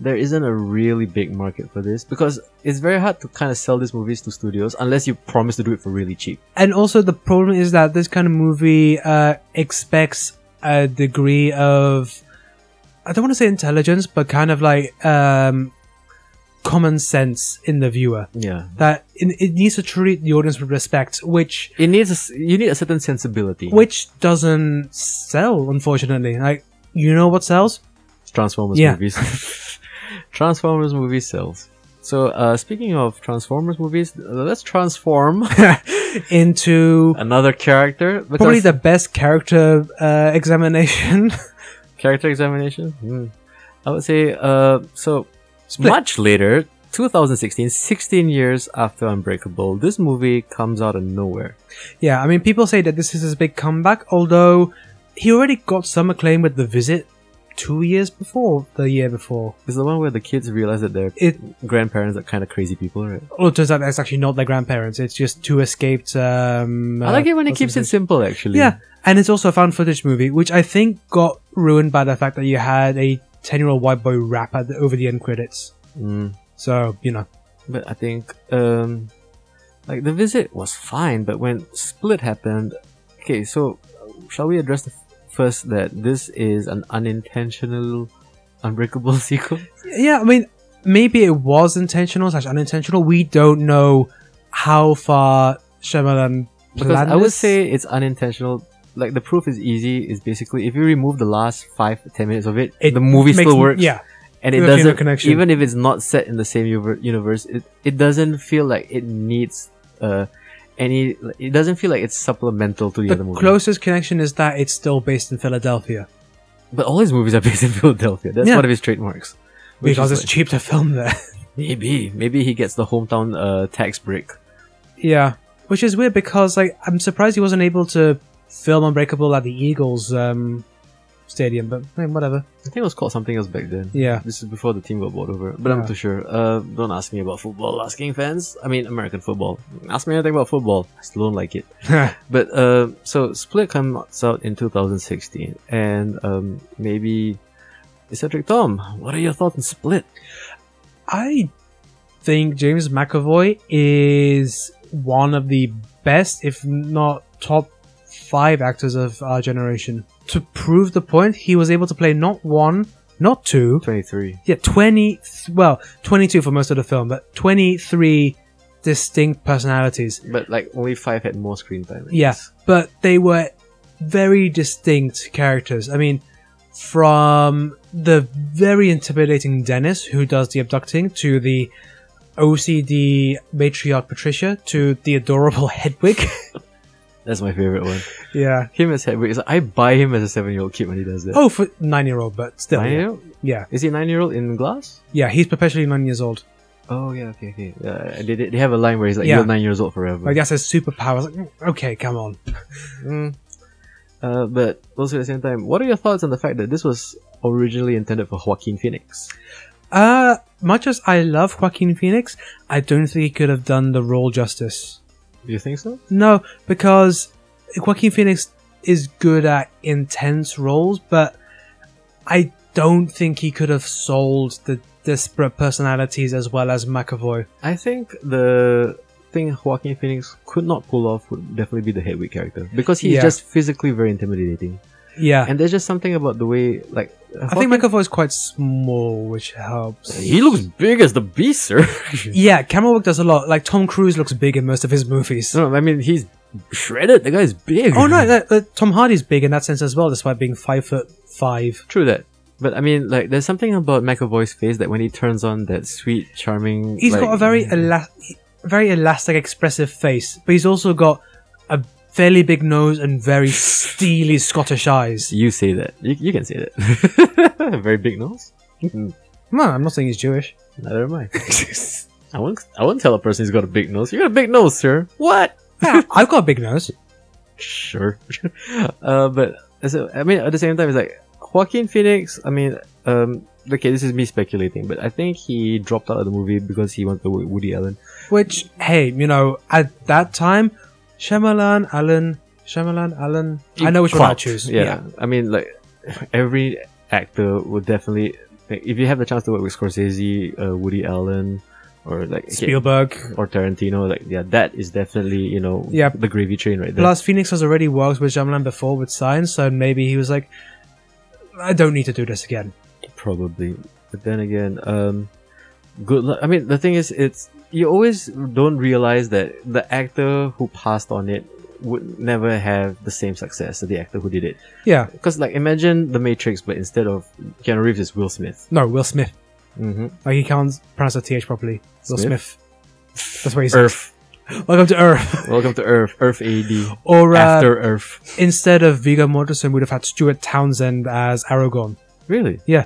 there isn't a really big market for this because it's very hard to kind of sell these movies to studios unless you promise to do it for really cheap.
And also, the problem is that this kind of movie uh, expects a degree of, I don't want to say intelligence, but kind of like um, common sense in the viewer.
Yeah,
That it, it needs to treat the audience with respect, which
it needs a s you need a certain sensibility.
which doesn't sell, unfortunately. Like, you know what sells? [LAUGHS]
Transformers
Yeah. [LAUGHS]
movies. Transformers movie sells. So, uh, speaking of Transformers movies, uh, let's transform [LAUGHS]
Into
another character. because-
probably the best character uh, [LAUGHS] examination.
character examination. Hmm. I would say, uh, so
Split.
much later, 2016, 16 years after Unbreakable, this movie comes out of nowhere.
yeah, I mean, people say that this is his big comeback, although he already got some acclaim with The Visit two years before, the year before.
It's the one where the kids realize that their
It
grandparents are kind of crazy people, right?
well, it turns out that's actually not their grandparents, it's just two escaped. Um,
I like it when it
what's his
keeps
name?
it simple, actually.
Yeah, and it's also a found footage movie, which I think got ruined by the fact that you had a 10 year old white boy rap at the, over the end credits.
Mm.
So you know,
But I think um like the visit was fine, but when split happened, okay, so uh, shall we address the f- first that this is an unintentional unbreakable [LAUGHS] sequel?
yeah. I mean, maybe it was intentional slash unintentional. We don't know how far Shyamalan
Because
planned
I would
this.
say it's unintentional. Like the proof is easy. Is basically if you remove the last five ten minutes of it,
It
the movie
makes-
still works.
Yeah,
and it
there'll be no
doesn't
connection.
even if it's not set in the same uver- universe it, it doesn't feel like it needs uh any it doesn't feel like it's supplemental to the,
the
other movie
closest connection is that it's still based in Philadelphia
But all his movies are [LAUGHS] based in Philadelphia. That's
Yeah.
one of his trademarks. Which
because
is
it's cheap to film there. [LAUGHS]
like, maybe maybe he gets the hometown uh, tax break.
yeah, which is weird because like I'm surprised he wasn't able to film Unbreakable at the Eagles um, stadium, but hey, whatever.
I think it was called something else back then.
Yeah,
[LAUGHS] This is before the team got bought over, but
Yeah.
I'm too sure. Uh, don't ask me about football. Asking fans, I mean American football. Ask me anything about football. I still don't
[LAUGHS]
like it. But uh, so Split comes out in 2016, and um, maybe Cedric Tom. What are your thoughts on Split?
I think James McAvoy is one of the best, if not top five actors of our generation. To prove the point, he was able to play not one, not two,
23.
yeah, 20, well, 22 for most of the film, but 23 distinct personalities.
But like only five had more screen time. I
Yeah,
guess.
but they were very distinct characters. I mean, from the very intimidating Dennis, who does the abducting, to the OCD matriarch Patricia, to the adorable [LAUGHS] Hedwig.
That's my favorite one.
yeah.
[LAUGHS] him as Hedwig. It's like, I buy him as a seven-year-old kid when he does that.
Oh, for nine-year-old, but still.
Nine
yeah.
year old?
yeah,
Is he a nine-year-old in Glass?
yeah, he's perpetually nine years old.
Oh yeah, okay, okay. Uh, they, they they have a line where he's like,
Yeah.
"You're nine years old forever."
Like that's his superpower. I was like, "Mm, okay, come on.
Mm. Uh, but also at the same time, what are your thoughts on the fact that this was originally intended for Joaquin Phoenix?
Uh, much as I love Joaquin Phoenix, I don't think he could have done the role justice.
Do you think so?
No, because Joaquin Phoenix is good at intense roles, but I don't think he could have sold the disparate personalities as well as McAvoy.
I think the thing Joaquin Phoenix could not pull off would definitely be the Hedwig character because he's
Yeah.
just physically very intimidating,
Yeah.
and there's just something about the way like
I think McAvoy is quite small, which helps.
he looks big as the beast, sir. [LAUGHS]
Yeah, camera work does a lot. Like Tom Cruise looks big in most of his movies.
no, I mean he's shredded. The guy's big.
Oh no, that, that Tom Hardy's big in that sense as well, despite being five foot five.
True that. But I mean, like, there's something about McAvoy's face that when he turns on that sweet, charming.
He's
like,
got a very ela- very elastic, expressive face, but he's also got a fairly big nose and
[LAUGHS]
very steely Scottish eyes.
You say that. You, you can say that. [LAUGHS] very big nose. [LAUGHS]
No, I'm not saying he's Jewish.
Neither am I. I wouldn't. I wouldn't tell a person he's got a big nose. You got a big nose, sir. What?
[LAUGHS] Yeah, I've got a big nose.
Sure. [LAUGHS] uh, but so, I mean, at the same time, it's like Joaquin Phoenix. I mean, um, okay, this is me speculating, but I think he dropped out of the movie because he wanted to work with Woody Allen.
Which, hey, you know, at that time, Shyamalan, Allen, Shyamalan, Allen. I know which one I
Clout.
choose.
Yeah. I mean, like every actor would definitely, like, if you have the chance to work with Scorsese, uh, Woody Allen, or like okay,
Spielberg.
or Tarantino, like yeah, that is definitely you know
Yeah.
the gravy train right there.
Plus, Phoenix has already worked with Shyamalan before with Science, so maybe he was like, I don't need to do this again.
Probably, but then again, um, good luck. I mean, the thing is, it's you always don't realize that the actor who passed on it would never have the same success as the actor who did it.
Yeah.
Because like imagine The Matrix, but instead of Keanu Reeves, it's Will Smith.
No, Will Smith.
Mm-hmm.
Like, he can't pronounce the TH properly. Will Smith.
Smith?
That's what he said.
Earth. [LAUGHS]
Welcome to Earth.
Welcome to Earth. Earth AD.
Or, uh,
After Earth.
instead of Viggo Mortensen, we'd have had Stuart Townsend as Aragorn.
Really?
Yeah.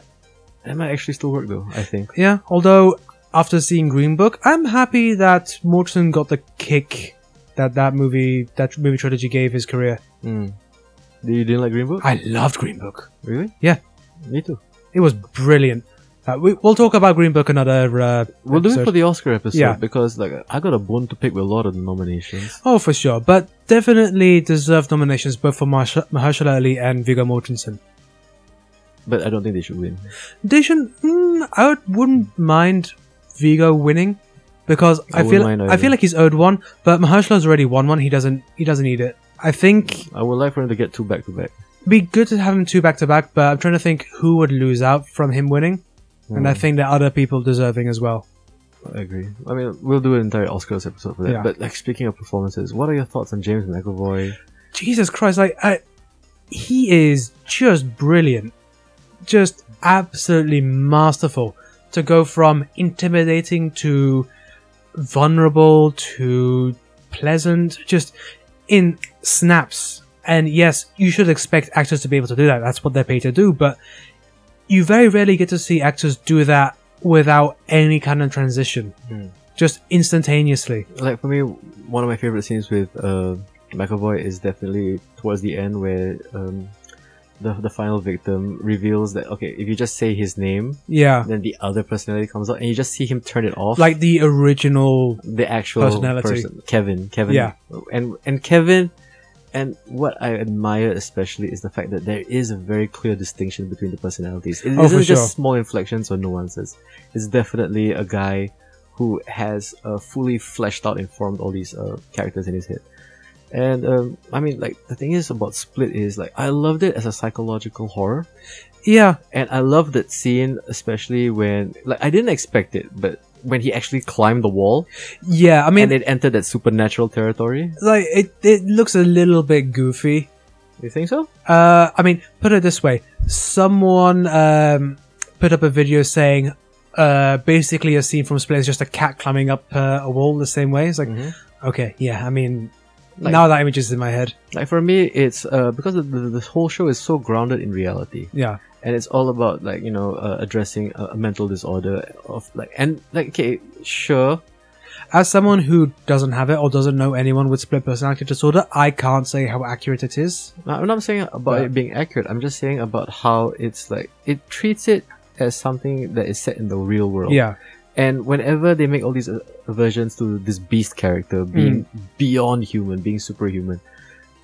That might actually still work though. I think.
Yeah. Although, after seeing Green Book, I'm happy that Mortensen got the kick that that movie, that movie trilogy gave his career.
Mm. You didn't like Green Book?
I loved Green Book.
Really?
Yeah.
Me too.
It was brilliant. Uh, we, we'll talk about Green Book another. Uh,
We'll do it
episode.
for the Oscar episode
Yeah.
because like I got a bone to pick with a lot of the nominations.
oh, for sure, but definitely deserved nominations both for Mahershala, Mahershala Ali and Viggo Mortensen.
But I don't think they should win.
They shouldn't. Mm, I would, wouldn't mind Viggo winning because
I
I, feel
wouldn't mind
I feel
either.
like he's owed one, but Mahershala's already won one. He doesn't. He doesn't need it. I think
I would like for him to get two back to back.
it'd be good to have him two back to back, but I'm trying to think who would lose out from him winning, and I
Hmm.
think there are other people deserving as well.
I agree. I mean, we'll do an entire Oscars episode for that.
Yeah.
But like speaking of performances, what are your thoughts on James McAvoy?
Jesus Christ, like I, he is just brilliant, just absolutely masterful. To go from intimidating to vulnerable to pleasant, just in snaps. And yes, you should expect actors to be able to do that. That's what they're paid to do. But you very rarely get to see actors do that without any kind of transition,
Hmm.
just instantaneously.
like for me, one of my favorite scenes with uh, McAvoy is definitely towards the end where um, the the final victim reveals that okay, if you just say his name,
Yeah,
then the other personality comes out, and you just see him turn it off,
like the original.
the actual
Personality.
person, Kevin, Kevin,
Yeah.
and and Kevin. And what I admire especially is the fact that there is a very clear distinction between the personalities. It
Oh, for
isn't just
sure.
small inflections or nuances. It's definitely a guy who has uh, fully fleshed out and formed all these uh, characters in his head. And um, I mean, like the thing is about Split is like I loved it as a psychological horror.
Yeah,
And I love that scene, especially when like I didn't expect it, but when he actually climbed the wall
yeah. I mean,
and it entered that supernatural territory.
like it, it looks a little bit goofy.
You think so?
Uh, I mean, put it this way: someone um, put up a video saying, uh, basically, a scene from Split is just a cat climbing up uh, a wall the same way. It's like,
Mhm.
okay, yeah. I mean,
Like-
now that image is in my head.
Like for me, it's uh, because the, the, the whole show is so grounded in reality,
Yeah,
and it's all about like you know uh, addressing a, a mental disorder of like and like okay, sure,
as someone who doesn't have it or doesn't know anyone with split personality disorder, I can't say how accurate it is.
Now, I'm not saying about
Yeah.
it being accurate. I'm just saying about how it's like it treats it as something that is set in the real world.
Yeah,
And whenever they make all these uh, versions to this beast character
Hmm.
being beyond human, being superhuman,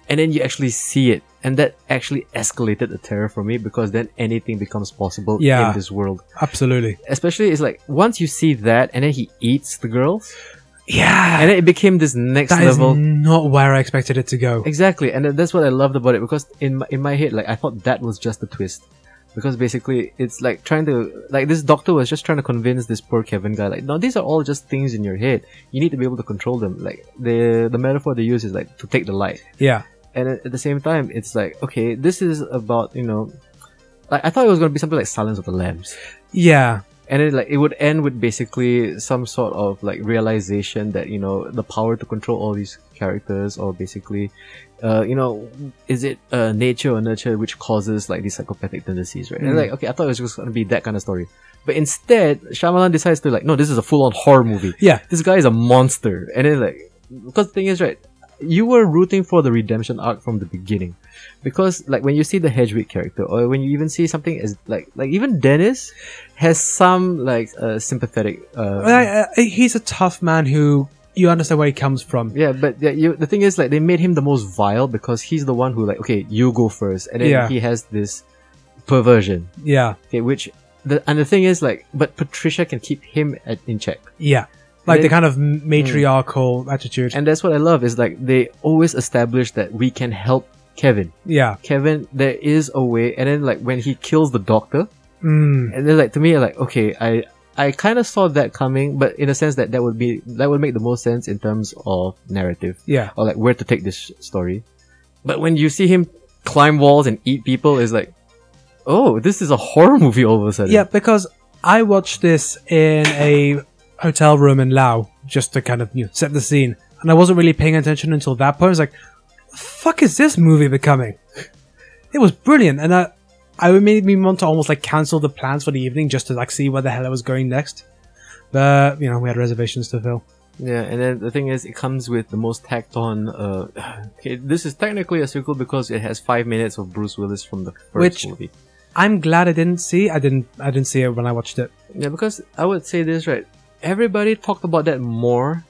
and then you actually see it, and that actually escalated the terror for me because then anything becomes possible
Yeah.
in this world.
absolutely.
Especially, it's like once you see that, and then he eats the girls,
Yeah,
and then it became this next
that is
level.
not where I expected it to go.
Exactly, and then that's what I loved about it because in my, in my head, like I thought that was just the twist, because basically it's like trying to like this doctor was just trying to convince this poor Kevin guy like no, these are all just things in your head. You need to be able to control them. Like the the metaphor they use is like to take the light,
Yeah,
and at at the same time it's like okay, this is about you know, like I thought it was gonna be something like Silence of the Lambs,
yeah.
and then like it would end with basically some sort of like realization that you know the power to control all these characters or basically uh, you know is it uh, nature or nurture which causes like these psychopathic tendencies right and
Mm.
like okay i thought it was just going to be that kind of story but instead Shyamalan decides to like no this is a full-on horror movie
Yeah.
this guy is a monster and then like because the thing is right you were rooting for the redemption arc from the beginning because like when you see the hedwig character or when you even see something as like like even dennis has some like uh, sympathetic uh,
Well, I- I- he's a tough man who you understand where he comes from.
yeah but yeah, you, the thing is like they made him the most vile because he's the one who like okay you go first and then
Yeah.
he has this perversion
Yeah,
okay which the, and the thing is like but patricia can keep him at, in check
yeah. Like
They-
the kind of matriarchal attitude.
and that's what i love is like they always establish that we can help kevin
yeah.
Kevin, there is a way. And then like when he kills the doctor,
Mm.
and then like to me, like okay, I I kind of saw that coming, but in a sense that that would be that would make the most sense in terms of narrative
Yeah.
or like where to take this sh- story. But when you see him climb walls and eat people, it's like, oh, this is a horror [LAUGHS] movie all of a sudden.
Yeah, because I watched this in a hotel room in Laos just to kind of you know, set the scene. And I wasn't really paying attention until that point. I was like, the fuck is this movie becoming? [LAUGHS] It was brilliant. And I, I it made me want to almost like cancel the plans for the evening just to like see where the hell I was going next. But, you know, we had reservations to fill.
Yeah, and then the thing is, it comes with the most tacked on. Uh, [SIGHS] okay, this is technically a sequel because it has five minutes of Bruce Willis from the first
Which-
movie.
I'm glad I didn't see. I didn't. I didn't see it when I watched it.
Yeah, because I would say this right. Everybody talked about that more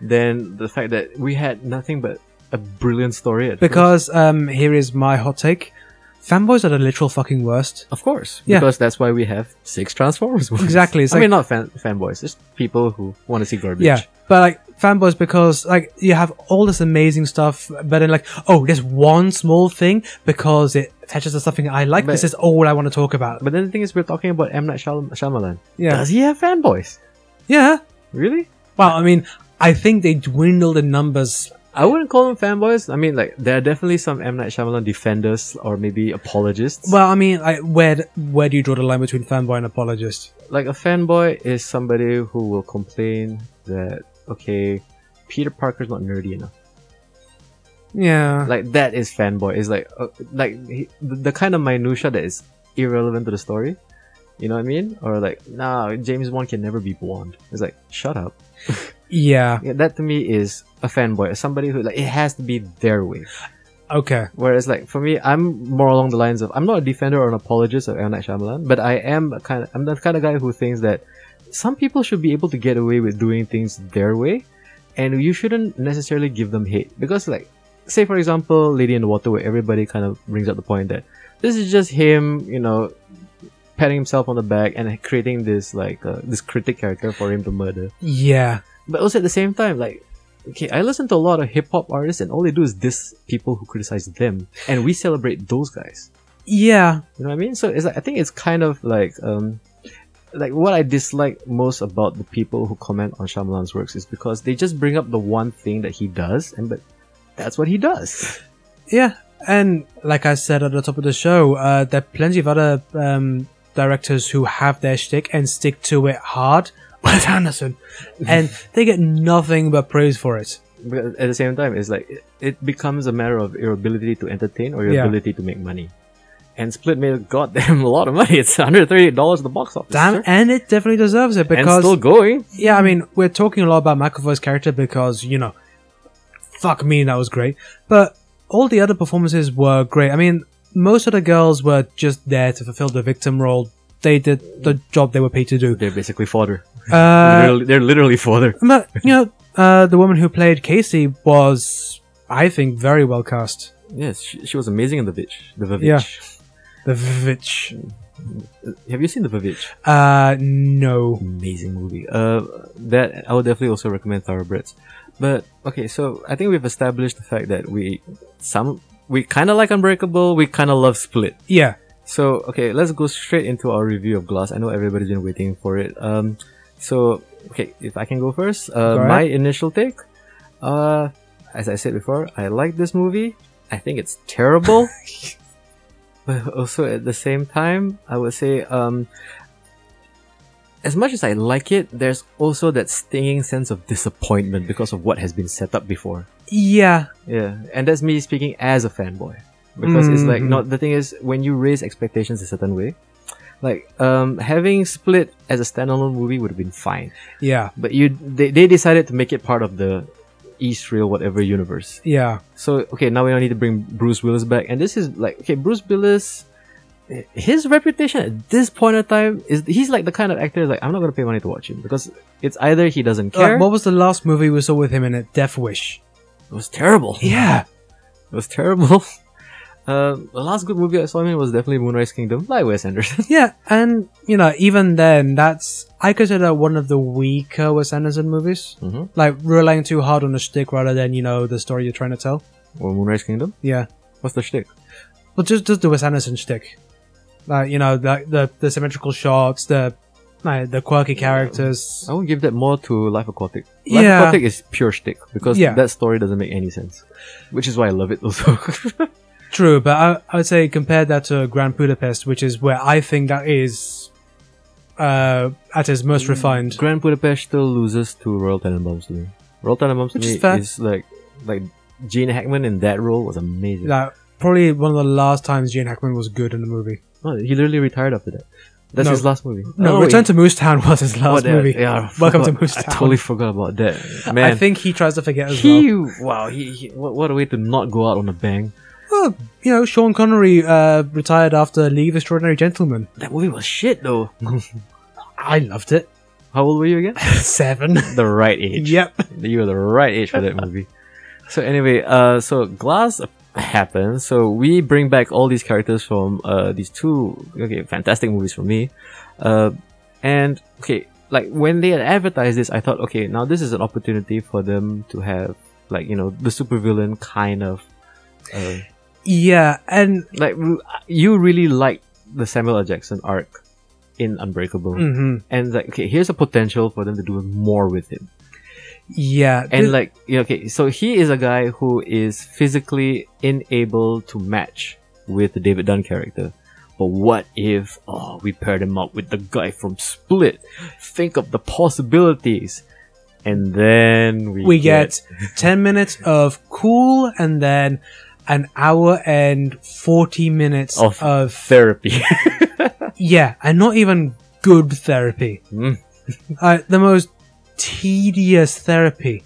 than the fact that we had nothing but a brilliant story. At first.
Because um, here is my hot take: fanboys are the literal fucking worst.
of course,
Yeah.
because that's why we have six Transformers. Movies.
Exactly, it's
I mean, not fan fanboys, just people who want to see garbage.
Yeah, but like fanboys because like you have all this amazing stuff, but then like oh, there's one small thing because it touches on something I like.
But-
this is all I want to talk about.
But then the thing is, we're talking about M Night Shyam- Shyamalan.
Yeah,
Does he have fanboys?
yeah.
Really?
Well, I mean, I think they dwindle the numbers.
I wouldn't call them fanboys. I mean, like there are definitely some M Night Shyamalan defenders or maybe apologists.
Well, I mean, like where where do you draw the line between fanboy and apologist?
like a fanboy is somebody who will complain that okay peter parker's not nerdy enough
Yeah,
like that is fanboy it's like uh, like he, the, the kind of minutia that is irrelevant to the story you know what i mean or like nah james bond can never be blonde it's like shut up
yeah.
yeah, that to me is a fanboy somebody who like it has to be their way
Okay,
Whereas, like for me, I'm more along the lines of I'm not a defender or an apologist of M Night Shyamalan, but I am a kind. Of, I'm the kind of guy who thinks that some people should be able to get away with doing things their way, and you shouldn't necessarily give them hate because, like, say for example, Lady in the Water, where everybody kind of brings up the point that this is just him, you know, patting himself on the back and creating this like uh, this critic character for him to murder.
yeah.
But also at the same time, like, okay, I listen to a lot of hip hop artists, and all they do is diss people who criticize them, and we celebrate those guys.
Yeah,
You know what I mean? So it's like I think it's kind of like um, like what I dislike most about the people who comment on Shyamalan's works is because they just bring up the one thing that he does, and but that's what he does. [LAUGHS]
Yeah, and like I said at the top of the show, uh, there are plenty of other um, directors who have their shtick and stick to it hard. [LAUGHS] Wes
[LAUGHS]
Anderson, and they get nothing but praise for it.
But at the same time, it's like it, it becomes a matter of your ability to entertain or your
Yeah.
ability to make money. And Split made a goddamn [LAUGHS] lot of money. It's hundred thirty dollars at the box office.
Damn,
sir.
and it definitely deserves it
and
because
still going.
yeah, I mean we're talking a lot about McAvoy's character because you know, fuck me, that was great. But all the other performances were great. I mean, most of the girls were just there to fulfill the victim role. They did the job they were paid to do.
They're basically fodder.
Uh,
Literally- they're literally fodder.
But you know, uh, the woman who played Casey was, I think, very well cast.
Yes, she, she was amazing in the Vich. The Vavitch.
The Vivitch.
Have you seen the Vavitch?
Uh, no.
Amazing movie. Uh, that I would definitely also recommend Thoroughbreds. But okay, so I think we've established the fact that we some we kind of like Unbreakable. We kind of love Split.
Yeah.
So okay, let's go straight into our review of Glass. I know everybody's been waiting for it. Um, so okay, if I can go first, uh,
Go ahead.
my initial take. Uh, as I said before, I like this movie. I think it's
[LAUGHS]
terrible, but also at the same time, I would say um, as much as I like it, there's also that stinging sense of disappointment because of what has been set up before.
Yeah,
Yeah, and that's me speaking as a fanboy because it's like
Mhm.
not the thing is when you raise expectations a certain way, like um having Split as a standalone movie would have been fine,
yeah,
but you they, they decided to make it part of the East Rail whatever universe.
yeah.
So okay, now we need to bring Bruce Willis back, and this is like okay, Bruce Willis. His reputation at this point of time is he's like the kind of actor like I'm not gonna pay money to watch him because it's either he doesn't care
Like, what was the last movie we saw with him in it? Death Wish.
it was terrible
Yeah,
It was terrible. [LAUGHS] Um, the last good movie I saw him in was definitely Moonrise Kingdom by Wes Anderson. [LAUGHS]
yeah, and you know, even then, that's I consider one of the weaker Wes Anderson movies.
Mm-hmm.
Like relying too hard on a stick rather than you know the story you're trying to tell.
Or Moonrise Kingdom?
Yeah,
What's the shtick?
well, just just the Wes Anderson shtick. Like you know, the the, the symmetrical shots, the like, the quirky characters.
I would give that more to Life Aquatic. Life
Yeah.
Aquatic is pure shtick because
Yeah.
that story doesn't make any sense, which is why I love it also. [LAUGHS]
True, but I, I would say compare that to Grand Budapest, which is where I think that is uh, at its
Mm.
most refined.
Grand Budapest still loses to Royal Tenenbaums to me. Royal Tenenbaums to
Which is
me
fair.
is like like Gene Hackman in that role was amazing.
Like, probably one of the last times Gene Hackman was good in a movie.
No, Oh, he literally retired after that. That's
No.
his last movie.
No,
Oh,
Return
wait.
to Moose Town [LAUGHS] was his
Oh,
last
there-
movie.
Yeah, [LAUGHS] I
Welcome to
forgot.
Moose
I
Town.
totally forgot about that. Man,
I think he tries to forget as well.
he wow he, he what, what a way to not go out on a bang
Well, you know, Sean Connery uh, retired after League of Extraordinary Gentlemen.
that movie was shit though [LAUGHS]
I loved it.
how old were you again
[LAUGHS] Seven.
[LAUGHS] the right age
yep.
you were the right age for that movie [LAUGHS] so anyway uh so glass happens so we bring back all these characters from uh these two okay fantastic movies for me uh and okay like when they had advertised this i thought okay now this is an opportunity for them to have like you know the supervillain kind of uh,
Yeah, and
like w- you really like the Samuel L. Jackson arc in Unbreakable,
mhm.
and like okay, here's a potential for them to do more with him.
yeah,
And
th-
like you know, okay, so he is a guy who is physically unable to match with the David Dunn character. But what if oh we paired him up with the guy from Split? Think of the possibilities. And then we,
we get 10 minutes of cool and then an hour and 40 minutes
Of
of,
therapy.
yeah and not even good therapy
Mm. [LAUGHS]
uh, the most tedious therapy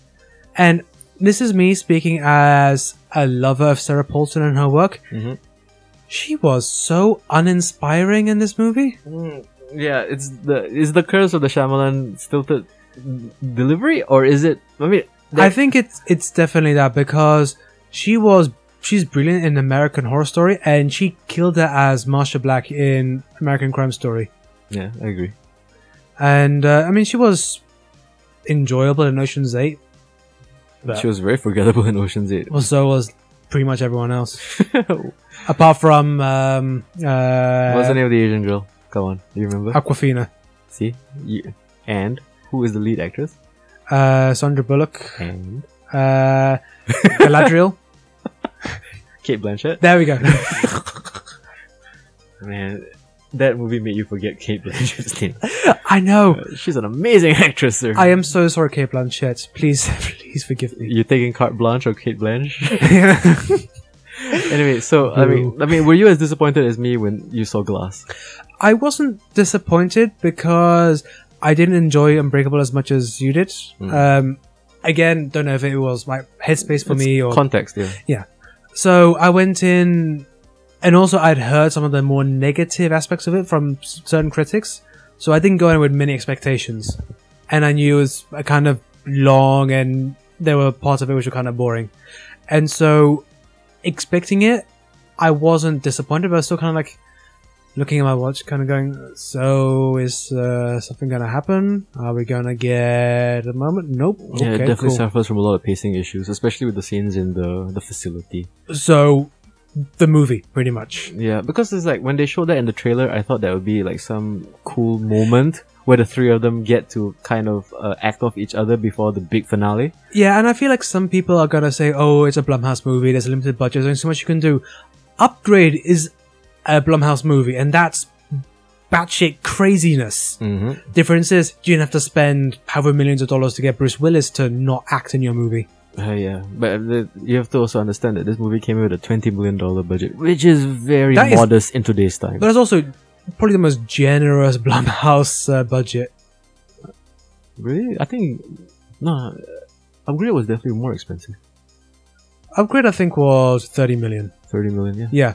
and this is me speaking as a lover of sarah paulson and her work
Mhm.
she was so uninspiring in this movie
Mm, yeah, it's the is the curse of the Shyamalan stilted delivery, or is it? I mean,
i
that-
think it's it's definitely that because she was she's brilliant in american horror story and she killed her as marsha black in american crime story
yeah, I agree.
and uh, I mean she was enjoyable in Ocean's Eight, but
She was very forgettable in Ocean's Eight. [LAUGHS]
well, so was pretty much everyone else apart from um, uh,
What's the name of the Asian girl? Come on, do you remember?
Aquafina,
See, you, and who is the lead actress?
uh, Sandra Bullock,
And
uh, Galadriel.
Kate Blanchett.
There we go.
Man, that movie made you forget Kate Blanchett's [LAUGHS] name. Uh,
I know.
She's an amazing [LAUGHS] actress, sir.
I am so sorry, Kate Blanchett. Please, [LAUGHS] please forgive
[LAUGHS]
me.
You're taking carte blanche or Kate Blanche? [LAUGHS] anyway, so I mean, I mean, were you as disappointed as me when you saw Glass?
I wasn't disappointed because I didn't enjoy Unbreakable as much as you did.
Mm.
Um, again, don't know if it was my headspace for
It's
me or
context, yeah.
So I went in, and also I'd heard some of the more negative aspects of it from s- certain critics. So I didn't go in with many expectations, and I knew it was a kind of long, and there were parts of it which were kind of boring. And so, expecting it, I wasn't disappointed, but I was still kind of like looking at my watch, kind of going, "So is uh, something going to happen? Are we going to get a moment? Nope.
Yeah, it definitely
cool.
suffers from a lot of pacing issues, especially with the scenes in the the facility.
So, the movie, pretty much."
Yeah, because it's like when they showed that in the trailer, I thought that would be like some cool moment where the three of them get to kind of uh, act off each other before the big finale.
Yeah, and I feel like some people are gonna say, "Oh, it's a Blumhouse movie. There's a limited budget. There's only so much you can do." Upgrade is a Blumhouse movie, and that's batshit craziness.
hmm
Difference is you didn't have to spend however millions of dollars to get Bruce Willis to not act in your movie.
Uh, yeah, but the, you have to also understand that this movie came with a twenty million dollar budget, which is very
That is-
modest in today's time.
But it's also probably the most generous [LAUGHS] Blumhouse uh, budget.
really, I think no, uh, Upgrade was definitely more expensive.
Upgrade, I think, was 30 million.
Thirty million, yeah.
Yeah.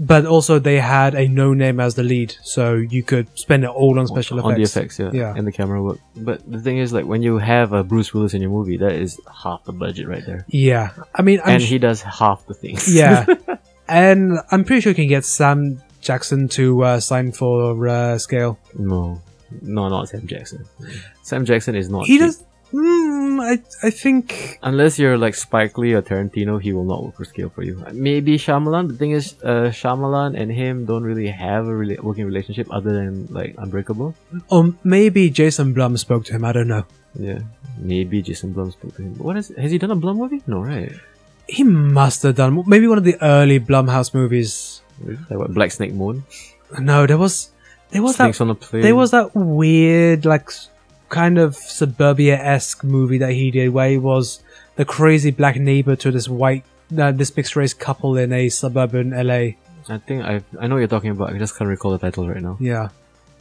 But also, they had a no name as the lead, so you could spend it all on special
on
effects.
the effects, yeah,
Yeah.
and the camera work. But the thing is, like when you have a Bruce Willis in your movie, that is half the budget right there,
Yeah. I mean, I'm
and
sh-
he does half the things.
Yeah. and I'm pretty sure you can get Sam Jackson to uh, sign for uh, scale.
[LAUGHS] no, no, not Sam Jackson. Sam Jackson is not.
He
cheap.
does. Mm, I, I think.
Unless you're like Spike Lee or Tarantino, he will not work for scale for you. Maybe Shyamalan. The thing is, uh, Shyamalan and him don't really have a rela- working relationship other than like Unbreakable.
Or maybe Jason Blum spoke to him. I don't know.
Yeah, maybe Jason Blum spoke to him. What is? Has he done a Blum movie? No, right?
He must have done maybe one of the early Blumhouse movies.
Like what? Black Snake Moon.
No, there was there was
Snakes
that
on a plane.
there was that weird like s- kind of suburbia esque movie that he did where he was the crazy black neighbor to this white uh, this mixed race couple in a suburban LA.
I think I I know what you're talking about. I just can't recall the title right now.
Yeah,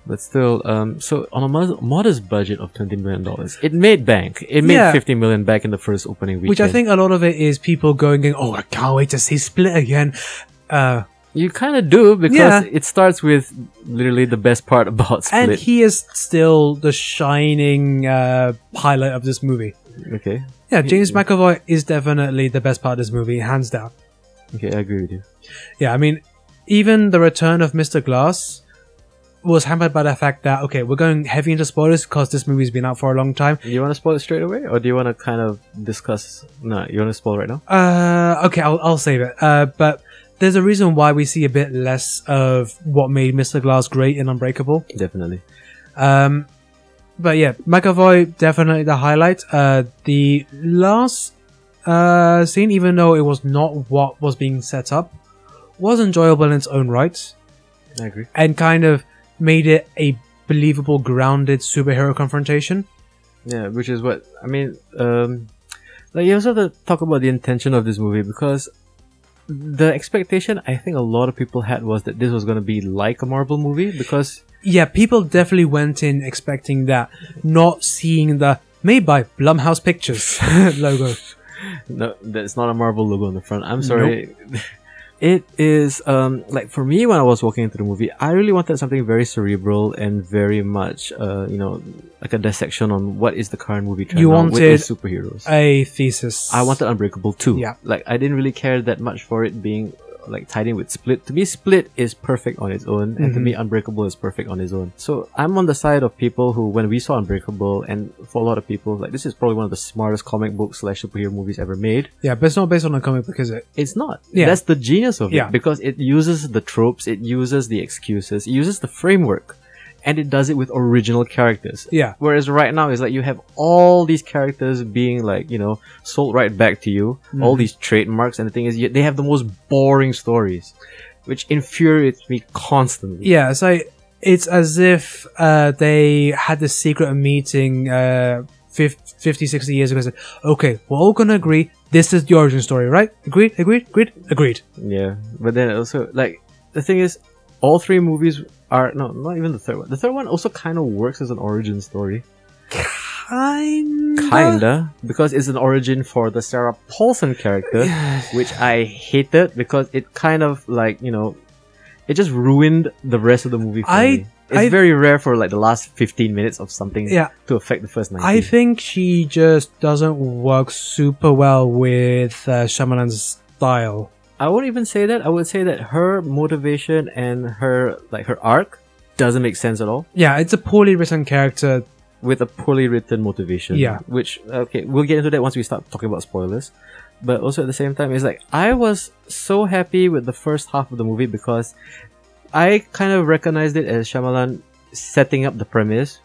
But still, um, so on a mod- modest budget of twenty million dollars, it made bank. It made
Yeah.
fifty million back in the first opening weekend.
which I think a lot of it is people going, going "Oh, I can't wait to see Split again." Uh,
you kind of do because
Yeah.
it starts with literally the best part about
and
Split.
he is still the shining uh, pilot of this movie.
okay,
Yeah, James McAvoy is definitely the best part of this movie, hands down.
okay, I agree with you.
Yeah, I mean, even the return of Mr. Glass was hampered by the fact that okay, we're going heavy into spoilers because this movie's been out for a long time.
Do you want to spoil it straight away, or do you want to kind of discuss? No, you want to spoil right now.
Uh, okay, I'll, I'll save it. Uh, but there's a reason why we see a bit less of what made Mr. Glass great in Unbreakable.
Definitely.
Um, but yeah, McAvoy definitely the highlight. Uh, the last uh, scene, even though it was not what was being set up, was enjoyable in its own right
I agree.
and kind of made it a believable, grounded superhero confrontation.
Yeah, which is what I mean. Um, like you also have to talk about the intention of this movie because the expectation I think a lot of people had was that this was going to be like a Marvel movie because
Yeah, people definitely went in expecting that, not seeing the made by Blumhouse Pictures [LAUGHS] logo.
no, that's not a Marvel logo on the front. I'm sorry. [LAUGHS] It is um, like for me when I was walking into the movie, I really wanted something very cerebral and very much, uh, you know, like a dissection on what is the current movie trend
You
now, which
wanted-
is superheroes.
A thesis.
I wanted Unbreakable too.
Yeah.
Like I didn't really care that much for it being like tied in with Split. To me, Split is perfect on its own, and
Mm-hmm.
to me, Unbreakable is perfect on its own. So I'm on the side of people who, when we saw Unbreakable, and for a lot of people, like this is probably one of the smartest comic book slash superhero movies ever made.
Yeah, but it's not based on a comic book, is it?
It's not.
Yeah.
That's the genius of
Yeah.
it because it uses the tropes, it uses the excuses, it uses the framework, and it does it with original characters.
Yeah.
Whereas right now it's like you have all these characters being like you know sold right back to you, all these trademarks, and the thing is you, they have the most boring stories, which infuriates me constantly.
Yeah, it's like it's as if uh, they had this secret meeting uh, 50, 50, 60 years ago. and Said, okay, we're all gonna agree this is the origin story, right? Agreed, agreed, agreed, agreed.
Yeah, but then also like the thing is, all three movies are no, not even the third one. The third one also kind of works as an origin story,
Kinda.
kinda, because it's an origin for the Sarah Paulson character, which I hated because it kind of like you know, it just ruined the rest of the movie for
I-
me. It's
I-
very rare for like the last fifteen minutes of something
Yeah.
to affect the first
I
ninety.
think she just doesn't work super well with uh, Shyamalan's style.
I, won't even say that. I would say that her motivation and her like her arc doesn't make sense at all
Yeah, it's a poorly written character.
with a poorly written motivation.
Yeah.
which okay, we'll get into that once we start talking about spoilers. But also at the same time, it's like I was so happy with the first half of the movie because I kind of recognized it as Shyamalan setting up the premise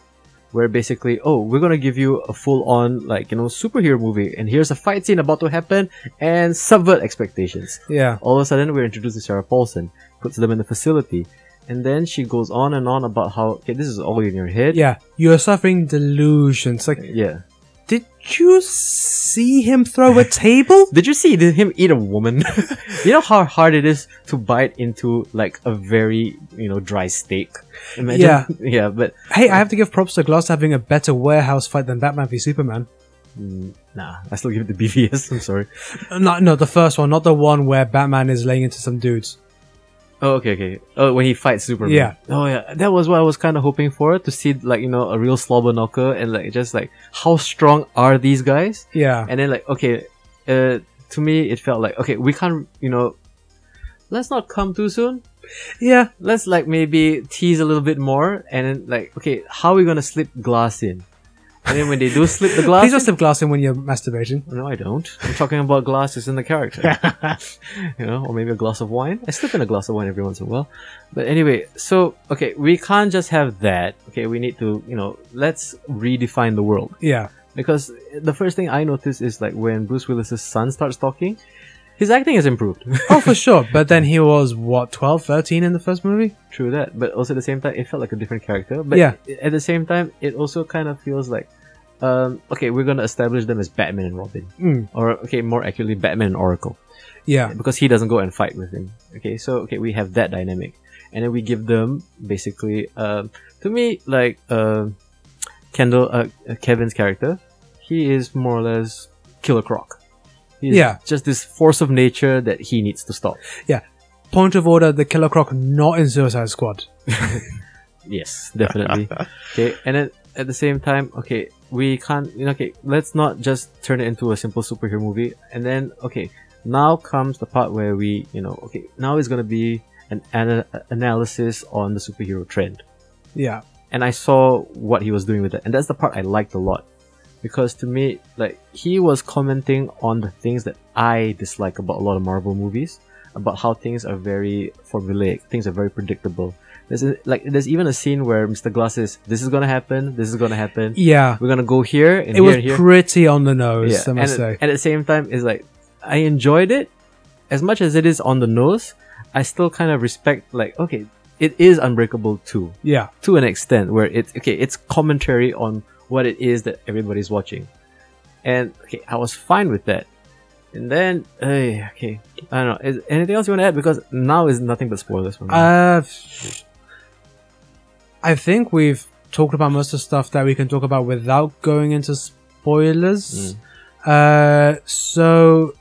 where basically, oh, we're gonna give you a full on like, you know, superhero movie and here's a fight scene about to happen and subvert expectations.
Yeah,
All of a sudden we're introduced to Sarah Paulson, puts them in the facility, And then she goes on and on about how okay, this is all in your head.
Yeah, you're suffering delusions. Like,
Yeah.
did you see him throw a
[LAUGHS]
table?
Did you see him eat a woman? [LAUGHS] you know how hard it is to bite into like a very you know dry steak. Imagine,
Yeah.
[LAUGHS] yeah, but
Hey, I have to give props to Glass having a better warehouse fight than Batman v Superman.
mm, nah, I still [LAUGHS] give it to BVS. I'm sorry.
No, no, the first one, Uh, not the one where Batman is laying into some dudes.
Oh, okay, okay. Oh, when he fights Superman.
Yeah.
Oh, yeah. That was what I was kind of hoping for to see, like you know, a real slobber knocker and like just like how strong are these guys?
Yeah,
And then like okay, uh, to me it felt like okay, we can't you know, let's not come too soon.
yeah,
let's like maybe tease a little bit more and then like okay how are we gonna slip glass in and then when they do slip the glass
[LAUGHS] Please
in,
don't slip glass in when you're masturbating.
no i don't i'm talking about glasses in the character you know or maybe a glass of wine i slip in a glass of wine every once in a while but anyway so okay we can't just have that okay we need to you know let's redefine the world
Yeah,
because the first thing i notice is like when bruce willis's son starts talking his acting has improved
oh for [LAUGHS] sure. But then he was what 12, 13 in the first movie.
True that, but also at the same time, it felt like a different character. But
Yeah.
i- at the same time, it also kind of feels like, um, okay, we're gonna establish them as Batman and Robin,
Mm,
or okay, more accurately, Batman and Oracle,
yeah,
because he doesn't go and fight with him. Okay, so okay, we have that dynamic, and then we give them basically, um, to me, like um, Kendall, uh, uh, Kevin's character, he is more or less Killer Croc. He's
Yeah.
just this force of nature that he needs to stop.
Point of order: the Killer Croc not in Suicide Squad.
Yes,
[LAUGHS]
definitely. okay, and then at the same time, okay, we can't. You know, okay, let's not just turn it into a simple superhero movie. And then, okay, now comes the part where we, you know, okay, now it's gonna be an ana- analysis on the superhero trend.
Yeah,
And I saw what he was doing with it, and that's the part I liked a lot, because to me, like he was commenting on the things that I dislike about a lot of Marvel movies, about how things are very formulaic, things are very predictable. There's a, like there's even a scene where Mr. Glass is, this is gonna happen, this is gonna happen.
yeah.
We're gonna go here and
It
here
was
and here.
pretty on the nose, I
and
must
at,
say.
and at the same time, it's like I enjoyed it as much as it is on the nose. I still kind of respect like okay, it is unbreakable too
yeah,
to an extent where it's okay it's commentary on what it is that everybody's watching and okay i was fine with that and then eh, okay i don't know is anything else you want to add because now is nothing but spoilers for me
uh, I think we've talked about most of the stuff that we can talk about without going into spoilers. Uh, so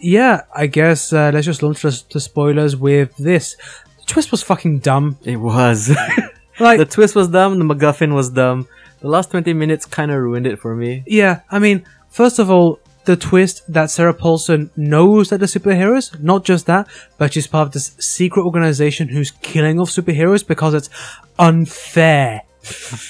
yeah, I guess uh, let's just launch the, the spoilers with this. The twist was fucking dumb. [LAUGHS]
it was [LAUGHS]
Like,
the twist was dumb the macguffin was dumb the last 20 minutes kind of ruined it for me
yeah, I mean, first of all. The twist that Sarah Paulson knows that the superheroes, not just that, but she's part of this secret organization who's killing off superheroes because it's
[LAUGHS]
unfair.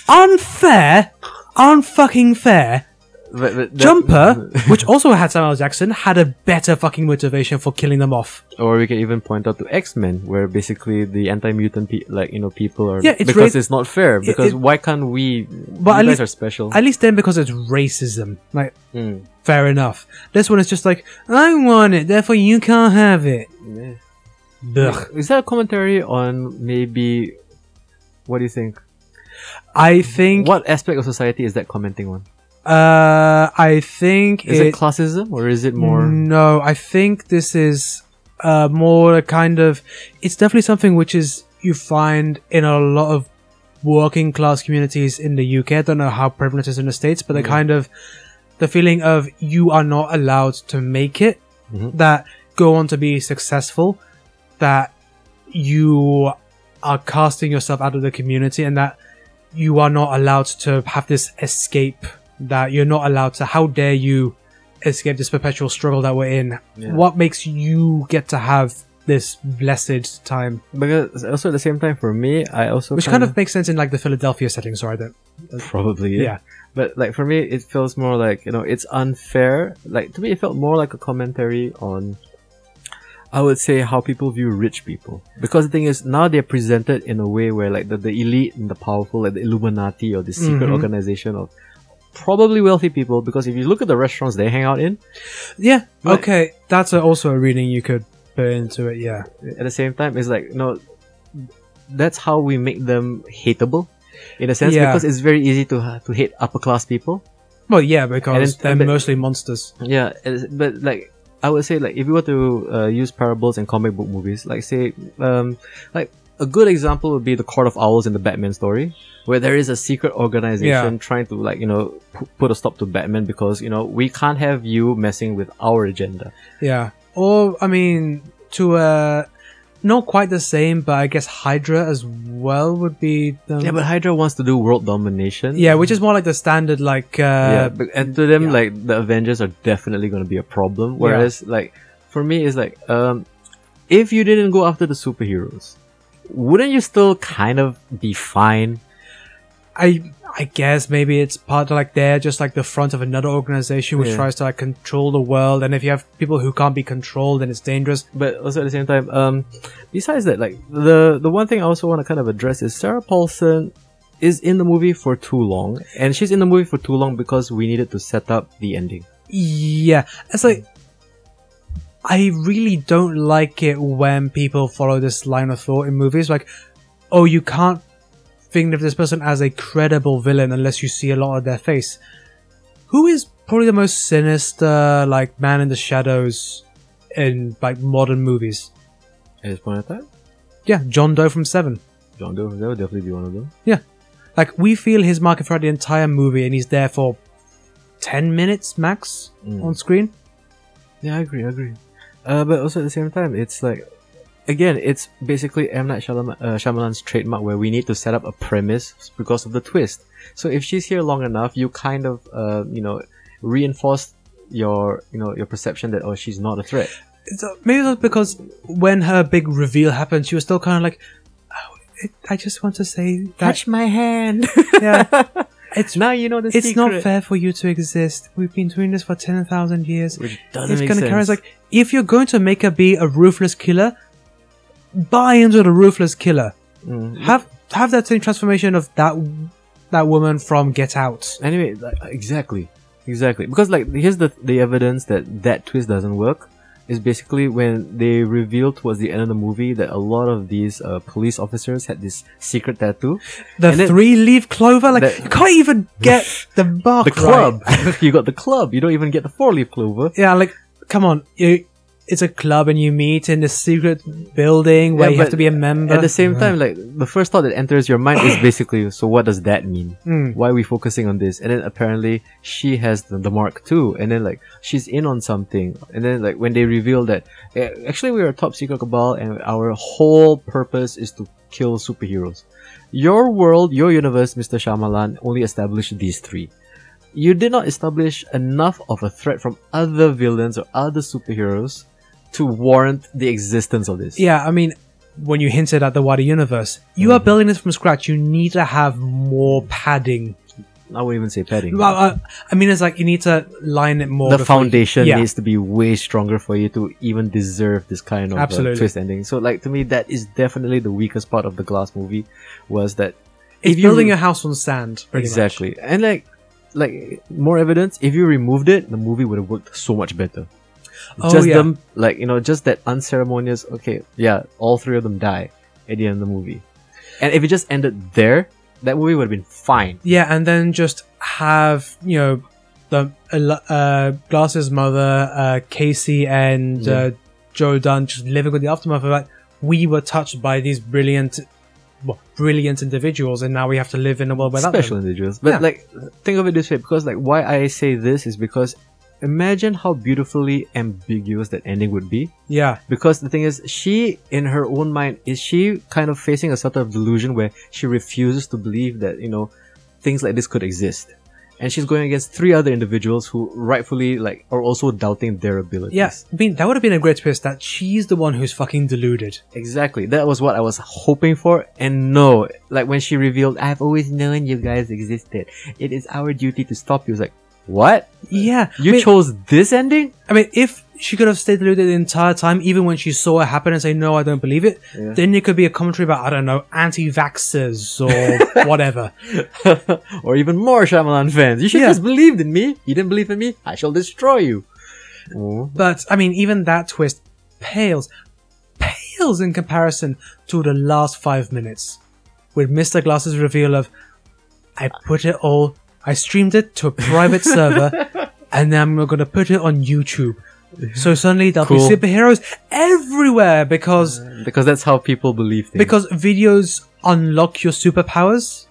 unfair? Unfucking fair?
but, but that- [LAUGHS]
Jumper, which also had Samuel L. Jackson, had a better fucking motivation for killing them off.
or we can even point out to x-men where basically the anti-mutant pe- like you know people are
Yeah, it's
because
ra-
it's not fair because
it-
why can't we
at
you guys
least-
are special
At least then because it's racism. Like,
Mm.
fair enough. This one is just like, I want it, therefore you can't have it.
Yeah.
Ugh.
Is that a commentary on maybe what do you think?
I think,
What aspect of society is that commenting on?
uh, I think
Is it,
it- Mm.
classism or is it more
No, I think this is uh, more a kind of. It's definitely something which is you find in a lot of working class communities in the UK. I don't know how prevalent it is in the states, but the
Mhm.
kind of the feeling of you are not allowed to make it,
Mhm.
that go on to be successful, that you are casting yourself out of the community, and that you are not allowed to have this escape. That you're not allowed to. How dare you escape this perpetual struggle that we're in?
Yeah.
What makes you get to have this blessed time?
because also at the same time for me I also
Which kind
kinda-
of makes sense in like the Philadelphia setting. Sorry, that
[LAUGHS] probably
Yeah.
But like for me it feels more like you know it's unfair. Like to me it felt more like a commentary on I would say how people view rich people. Because the thing is now they're presented in a way where like the, the elite and the powerful, like the Illuminati or the secret
Mhm.
organization of probably wealthy people because if you look at the restaurants they hang out in
Yeah.
Like-
okay, that's a, also a reading you could put into it. Yeah.
at the same time it's like you know that's how we make them hateable, in a sense,
Yeah.
because it's very easy to to hate upper class people.
Well, yeah, because
And-
they're
but-
mostly monsters.
Yeah, it's- but like I would say, like if you were to uh, use parables in comic book movies, like say, um, like a good example would be the Court of Owls in the Batman story, where there is a secret organization trying to like you know p- put a stop to Batman because you know we can't have you messing with our agenda.
Yeah. Or, I mean, to, uh, not quite the same, but I guess Hydra as well would be. The,
Yeah, but Hydra wants to do world domination.
Yeah, which is more like the standard, like,
yeah,
uh,
but, and to them,
yeah.
like the Avengers are definitely going to be a problem. Whereas, like for me, it's like um, if you didn't go after the superheroes, wouldn't you still kind of be fine?
I I guess maybe it's part of like they're just like the front of another organization which
Yeah.
tries to like control the world, and if you have people who can't be controlled, then it's dangerous.
But also at the same time, um, besides that, like the the one thing I also want to kind of address is Sarah Paulson is in the movie for too long, and she's in the movie for too long because we needed to set up the ending.
Yeah, it's like I really don't like it when people follow this line of thought in movies. Like, oh, you can't think of this person as a credible villain unless you see a lot of their face. Who is probably the most sinister like man in the shadows in like modern movies?
At this point in time,
Yeah, John Doe from Seven.
John Doe that would definitely be one of them.
Like we feel his market throughout the entire movie, and he's there for ten minutes max
Mm.
on screen.
Yeah, I agree, I agree. Uh, but also at the same time, it's like, again, it's basically M. Night Shyamalan, uh, Shyamalan's trademark where we need to set up a premise because of the twist. So if she's here long enough, you kind of, uh, you know, reinforce your, you know, your perception that, oh, she's not a threat.
So uh, maybe that's because when her big reveal happened, she was still kind of like, oh, it, "I just want to say
[LAUGHS]
that
my hand!
yeah, it's
now you know the
it's
secret!
not fair for you to exist. We've been doing this for ten thousand years.
Which doesn't
It's
make
gonna
sense.
carry us like if you're going to make her be a ruthless killer, buy into the ruthless killer.
Mm.
Have have that same transformation of that that woman from Get Out.
Anyway, like, exactly, exactly. Because like, here's the the evidence that that twist doesn't work is basically when they reveal towards the end of the movie that a lot of these uh, police officers had this secret tattoo.
The
And then-
three leaf clover, like
That-
you can't even
[LAUGHS]
get the mark.
The
right.
club, [LAUGHS] you got the club. You don't even get the four leaf clover.
Yeah, like come on, you, it's a club and you meet in this secret building where
Yeah,
you have
but
to be a member.
At the same time, like the first thought that enters your mind
[COUGHS]
is basically, so what does that mean?
Mm.
Why are we focusing on this? And then apparently she has the, the mark too. And then like she's in on something. And then like when they reveal that eh, actually we are a top secret cabal and our whole purpose is to kill superheroes. Your world, your universe, Mr. Shyamalan, only established these three. You did not establish enough of a threat from other villains or other superheroes to warrant the existence of this.
yeah, I mean, when you hinted at the wider universe, you
Mm.
are building this from scratch. You need to have more padding.
I wouldn't even say petting.
Well, I, I mean, it's like you need to line it more.
the
before you-
foundation
yeah.
needs to be way stronger for you to even deserve this kind of uh,
Absolutely.
twist ending. So, like to me, that is definitely the weakest part of the Glass movie was that
It's
if you
building your
re-
house on sand, pretty much.
exactly and like like more evidence. If you removed it, the movie would have worked so much better.
Oh,
just
yeah.
them, like you know, just that unceremonious. Okay, yeah, all three of them die at the end of the movie, and if it just ended there, that movie would have been fine.
Yeah, and then just have you know the uh, uh, Glass's mother, uh, Casey, and uh, Joe Dunn just living with the aftermath of that. We were touched by these brilliant, well, brilliant individuals, and now we have to live in a world without
special
them.
individuals. But
Yeah.
like, think of it this way, because like, why I say this is because imagine how beautifully ambiguous that ending would be.
Yeah,
Because the thing is, she in her own mind is she kind of facing a sort of delusion where she refuses to believe that you know things like this could exist. And she's going against three other individuals who rightfully like are also doubting their abilities.
yeah. I mean, that would have been a great twist that she's the one who's fucking deluded.
Exactly. That was what I was hoping for. And no, like when she revealed, I've always known you guys existed. It is our duty to stop you. It's like, what?
Yeah,
You
I mean,
chose this ending? [LAUGHS]
I mean, if she could have stayed deluded the entire time, even when she saw it happen and say, "No, I don't believe it,"
Yeah.
then it could be a commentary about I don't know, anti-vaxxers
[LAUGHS]
or whatever.
or even more Shyamalan fans. You should
Yeah.
just believed in me. You didn't believe in me. I shall destroy you. Oh.
But I mean, even that twist pales, pales in comparison to the last five minutes, with Mr. Glass's reveal of, I put it all, I streamed it to a private server, and then I'm going to put it on YouTube. So suddenly there'll
Cool.
be superheroes everywhere because
because that's how people believe things.
because videos unlock your superpowers.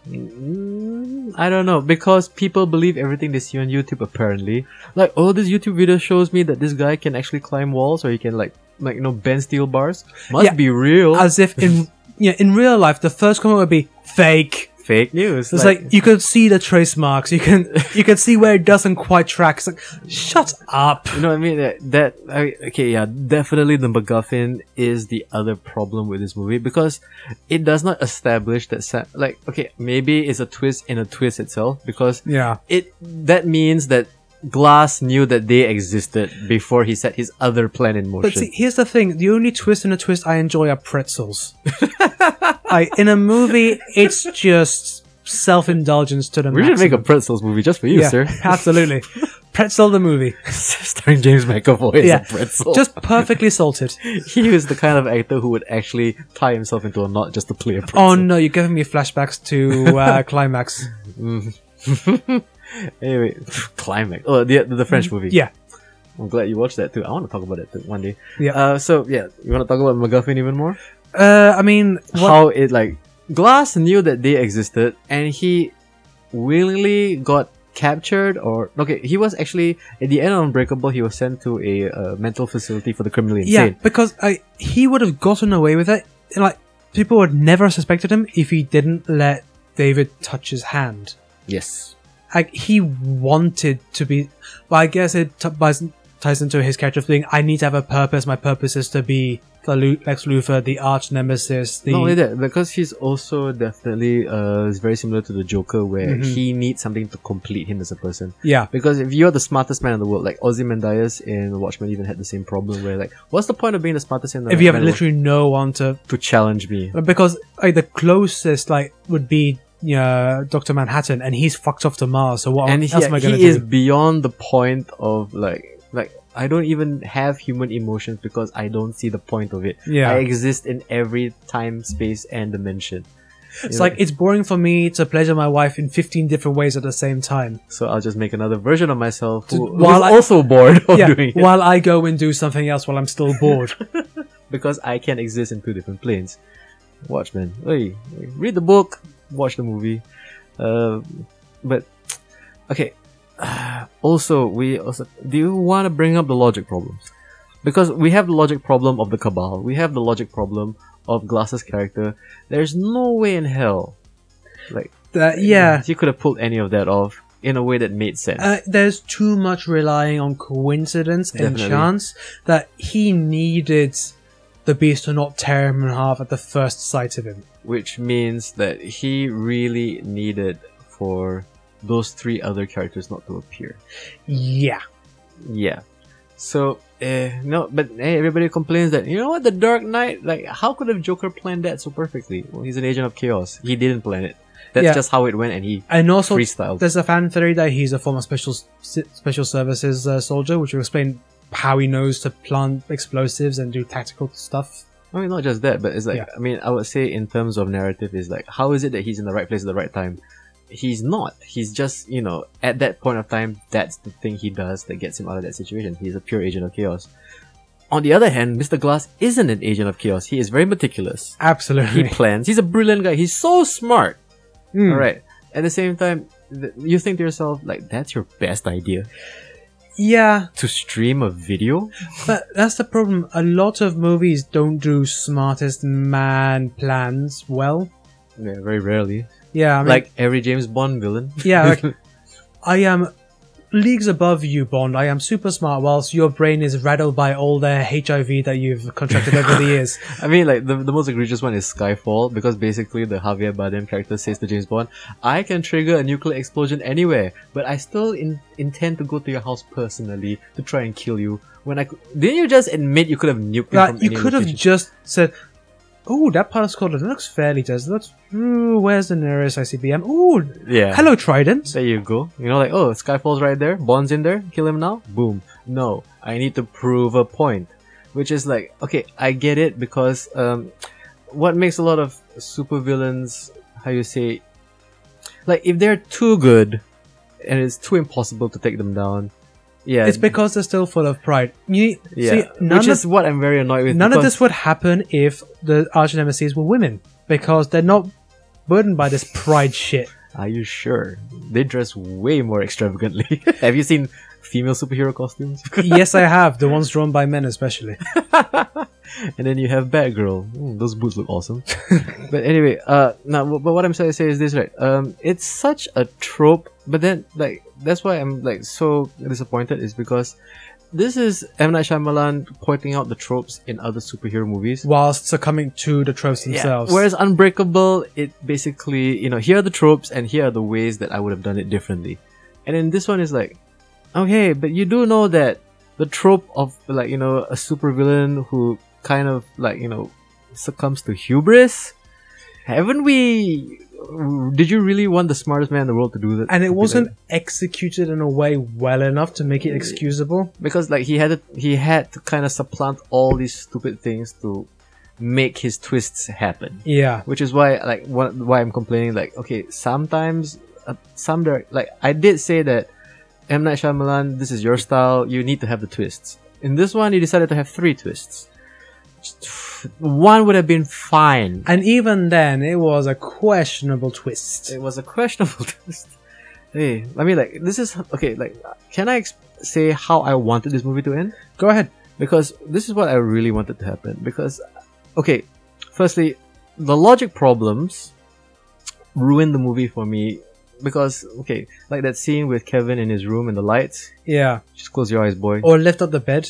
Mm, I don't know because people believe everything they see on YouTube. Apparently, like oh, this YouTube video shows me that this guy can actually climb walls or he can like like you know bend steel bars. Must
Yeah.
be real.
As if in yeah, in real life, the first comment would be fake.
Fake news.
It's like, you could see the trace marks. You
[LAUGHS]
can you can see where it doesn't quite track. It's like, shut up.
You know what I mean? That, that I, okay, yeah, definitely the MacGuffin is the other problem with this movie because it does not establish that Sam. Like, okay, maybe it's a twist in a twist itself because
Yeah.
it that means that Glass knew that they existed before he set his other plan in motion.
But see, here's the thing: the only twist and a twist I enjoy are
[LAUGHS]
pretzels. I in a movie, it's just self-indulgence to the
we should make a
maximum.
pretzels movie just for you,
yeah,
sir.
[LAUGHS]
[LAUGHS]
absolutely. Pretzel the movie,
Starring James McAvoy as
Yeah.
a pretzel.
just perfectly salted.
[LAUGHS] he was the kind of actor who would actually tie himself into a knot just to play a pretzel.
Oh no, you're giving me flashbacks to uh, [LAUGHS] climax.
Anyway, [LAUGHS] climax. Oh, the the French movie.
Mm, Yeah,
I'm glad you watched that too. I want to talk about that too one day.
Yeah.
Uh, so yeah, you want to talk about MacGuffin even more?
uh, I mean, what,
How it like Glass knew that they existed, and he willingly got captured or okay he was actually at the end of unbreakable he was sent to a uh, mental facility for the criminally
yeah,
insane
because I, he would have gotten away with it. Like people would never have suspected him if he didn't let David touch his hand.
yes
like he wanted to be well i guess it t- buys- ties into his character thing i need to have a purpose my purpose is to be the Lu- lex luthor the arch nemesis the
not only that because he's also definitely uh is very similar to the joker where
Mhm.
he needs something to complete him as a person
yeah
Because if you're the smartest man in the world, like Ozymandias in Watchmen even had the same problem where like, what's the point of being the smartest in the
if you
man
have
in the world
literally no one to
to challenge me?
because like the closest like would be you know, dr manhattan and he's fucked off to mars so what
and
else
he,
am i Oh, gonna
he is
do
beyond the point of like like I don't even have human emotions because I don't see the point of it.
Yeah.
I exist in every time, space and dimension.
it's like it's boring for me to pleasure my wife in 15 different ways at the same time
so I'll just make another version of myself who,
To- while
who's
I-
also bored of
yeah
[LAUGHS] doing it.
while i go and do something else while i'm still
[LAUGHS]
bored Uh,
because I can exist in two different planes. Watchmen. Oi, read the book, watch the movie. Uh, but okay. [SIGHS] also, we also do you want to bring up the logic problem? Because we have the logic problem of the cabal. We have the logic problem of Glass's character. There's no way in hell
Uh, yeah
he could have pulled any of that off in a way that made sense.
Uh, there's too much relying on coincidence
Definitely.
and chance that he needed the beast to not tear him in half at the first sight of him.
which means that he really needed for those three other characters not to appear.
Yeah.
Yeah. So eh, no, but eh, everybody complains that you know what the Dark Knight like how could have Joker planned that so perfectly? Well, he's an agent of chaos. He didn't plan it. That's
Yeah.
just how it went, and he
And also,
freestyled.
there's a fan theory that he's a former special s- special services uh, soldier, which will explain how he knows to plant explosives and do tactical stuff.
I mean, not just that, but it's like
Yeah.
I mean, I would say in terms of narrative is like how is it that he's in the right place at the right time? He's not. He's just you know at that point of time, that's the thing he does that gets him out of that situation. He's a pure agent of chaos. On the other hand, Mr. Glass isn't an agent of chaos. He is very meticulous. He
Absolutely.
plans. He's a brilliant guy. He's so smart.
Mm.
All right. At the same time, th- you think to yourself, like, that's your best idea
Yeah,
to stream a video?
but that's the problem. A lot of movies don't do smartest man plans well.
Yeah, very rarely.
Yeah, I mean,
like every James Bond villain.
Yeah, like, I am leagues above you, Bond. I am super smart, whilst your brain is rattled by all the HIV that you've contracted over
[LAUGHS]
the years.
[LAUGHS] I mean, like, the, the most egregious one is Skyfall because basically the Javier Bardem character says to James Bond, I can trigger a nuclear explosion anywhere, but I still in- intend to go to your house personally to try and kill you. When I c- didn't you just admit you could have nuked me from
Like, you
any
could have
location?
just said, "Oh, that part of Scotland looks fairly desolate. That's- Ooh, where's the nearest ICBM? Oh,
yeah
hello, Trident."
There you go. You know, like, oh, Skyfall's right there. Bond's in there. Kill him now. Boom. No, I need to prove a point. which is like okay, I get it because um, what makes a lot of supervillains how you say like if they're too good and it's too impossible to take them down. Yeah,
It's because they're still full of pride. You,
yeah,
See, none
which
of
is what I'm very annoyed with.
None of
because-
this would happen if the arch nemesis were women because they're not burdened by this pride
[LAUGHS]
shit.
Are you sure? They dress way more extravagantly. [LAUGHS] Have you seen female superhero costumes?
yes, I have the ones drawn by men, especially.
[LAUGHS] and then you have Batgirl. Mm, those boots look awesome. but anyway, uh, now wh- but what I'm trying to say is this, right? Um, it's such a trope, but then like that's why I'm like so disappointed is because this is M Night Shyamalan pointing out the tropes in other superhero movies.
Whilst succumbing to the tropes
Yeah.
themselves.
Whereas Unbreakable, it basically, you know, here are the tropes and here are the ways that I would have done it differently. And then this one is like, okay, but you do know that the trope of like, you know, a supervillain who kind of like, you know, succumbs to hubris. Haven't we did you really want the smartest man in the world to do that?
and
to
it
be like
wasn't executed in a way well enough to make it excusable.
because like he had to, he had to kind of supplant all these stupid things to make his twists happen.
Yeah.
which is why like one, why I'm complaining. Like, okay, sometimes uh, some direct like I did say that M Night Shyamalan, this is your style. You need to have the twists. In this one, you decided to have three twists. [SIGHS] One would have been fine.
And even then, it was a questionable twist.
It was a questionable [LAUGHS] twist. Hey, I mean, like this is okay. Like, can I ex- say how I wanted this movie to end?
Go ahead.
because this is what I really wanted to happen. Because, okay, firstly, the logic problems ruined the movie for me. Because, okay, like that scene with Kevin in his room and the lights,
Yeah.
just close your eyes, boy. Or,
Or lift up the bed.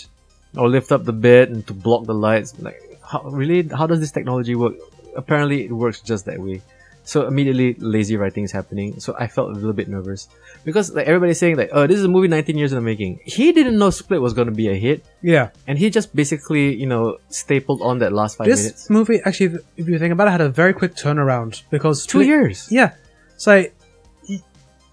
lift up the bed and to block the lights. Like, how, really? How does this technology work? Apparently, it works just that way. So immediately, lazy writing is happening. So I felt a little bit nervous because like everybody's saying like, "Oh, this is a movie 19 years in the making." He didn't know Split was gonna be a hit
Yeah.
and he just basically you know stapled on that last five
this
minutes
movie, actually, if you think about it, had a very quick turnaround because
two
Split-
years
Yeah. So y-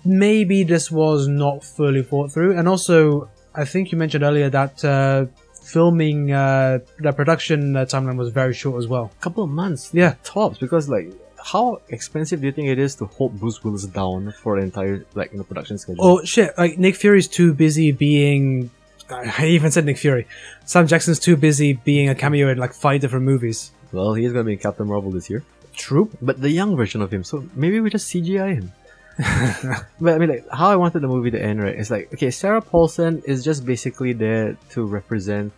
maybe this was not fully thought through, and also I think you mentioned earlier that uh, filming uh, the production uh, timeline was very short as well.
a couple of months
Yeah.
tops because like how expensive do you think it is to hold bruce willis down for an entire like you know production schedule
Or Oh, shit, like Nick Fury's too busy being. I [LAUGHS] even said Nick Fury. Sam Jackson's too busy being a cameo in like five different movies.
well he is gonna be in captain marvel this year
True.
but the young version of him so maybe we just cgi [LAUGHS] him but i mean like how i wanted the movie to end right it's like okay sarah paulson is just basically there to represent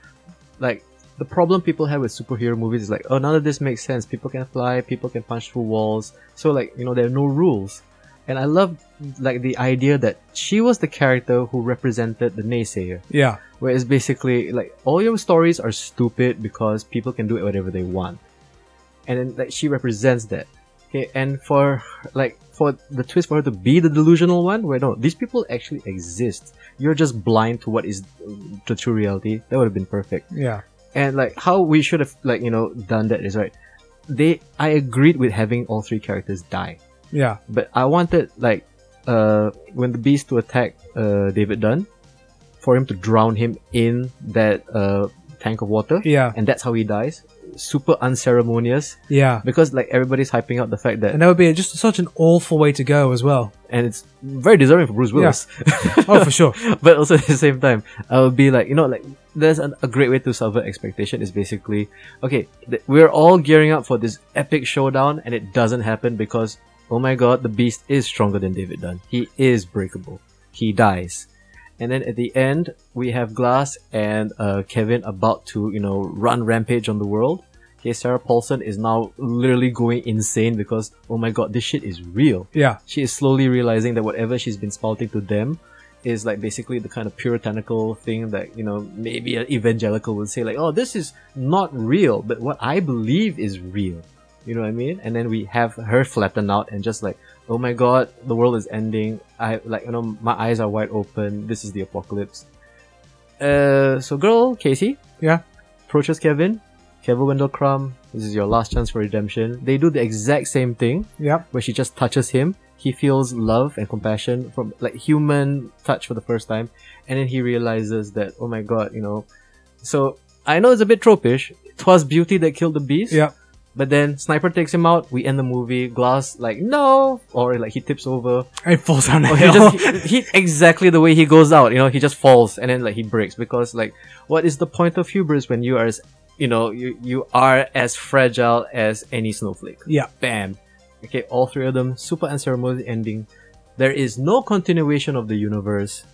like the problem people have with superhero movies is like oh none of this makes sense people can fly people can punch through walls so like you know there are no rules and i love like the idea that she was the character who represented the naysayer
Yeah.
where it's basically like all your stories are stupid because people can do whatever they want and then like she represents that okay and for her- like for the twist for her to be the delusional one where no these people actually exist you're just blind to what is the true reality that would have been perfect
Yeah.
and like how we should have like you know done that is right they i agreed with having all three characters die
Yeah.
but I wanted like uh when the beast to attack uh David Dunn for him to drown him in that uh tank of water
Yeah.
and that's how he dies super unceremonious
Yeah.
because like everybody's hyping up the fact that
And that would be just such an awful way to go as well.
and it's very deserving for Bruce Willis
Oh, for sure. [LAUGHS]
[LAUGHS] but also at the same time, I would be like, you know, like there's an, a great way to subvert expectation is basically, okay, th- we're all gearing up for this epic showdown, and it doesn't happen because, oh my god, the beast is stronger than David Dunn. He is breakable. He dies. And then at the end, we have Glass and uh, Kevin about to, you know, run rampage on the world. Okay, Sarah Paulson is now literally going insane because, oh my god, this shit is real
Yeah.
she is slowly realizing that whatever she's been spouting to them is like basically the kind of puritanical thing that you know maybe an evangelical would say like oh this is not real but what i believe is real you know what i mean and then we have her flatten out and just like oh my god the world is ending i like you know my eyes are wide open this is the apocalypse uh so girl casey
Yeah.
approaches kevin kevin wendell crumb this is your last chance for redemption they do the exact same thing
Yeah.
where she just touches him. He feels love and compassion from like human touch for the first time, and then he realizes that oh my god, you know. So I know it's a bit tropish. Twas beauty that killed the beast.
Yeah.
But then Sniper takes him out. We end the movie. Glass like no, or like he tips over.
It falls
[LAUGHS]
down.
Or
a
he
hill.
just he, he- exactly the way he goes out. You know, he just falls and then like he breaks because like what is the point of hubris when you are, as, you know, you you are as fragile as any snowflake.
Yeah.
Bam. Okay, all three of them super unceremonious ending. There is no continuation of the universe.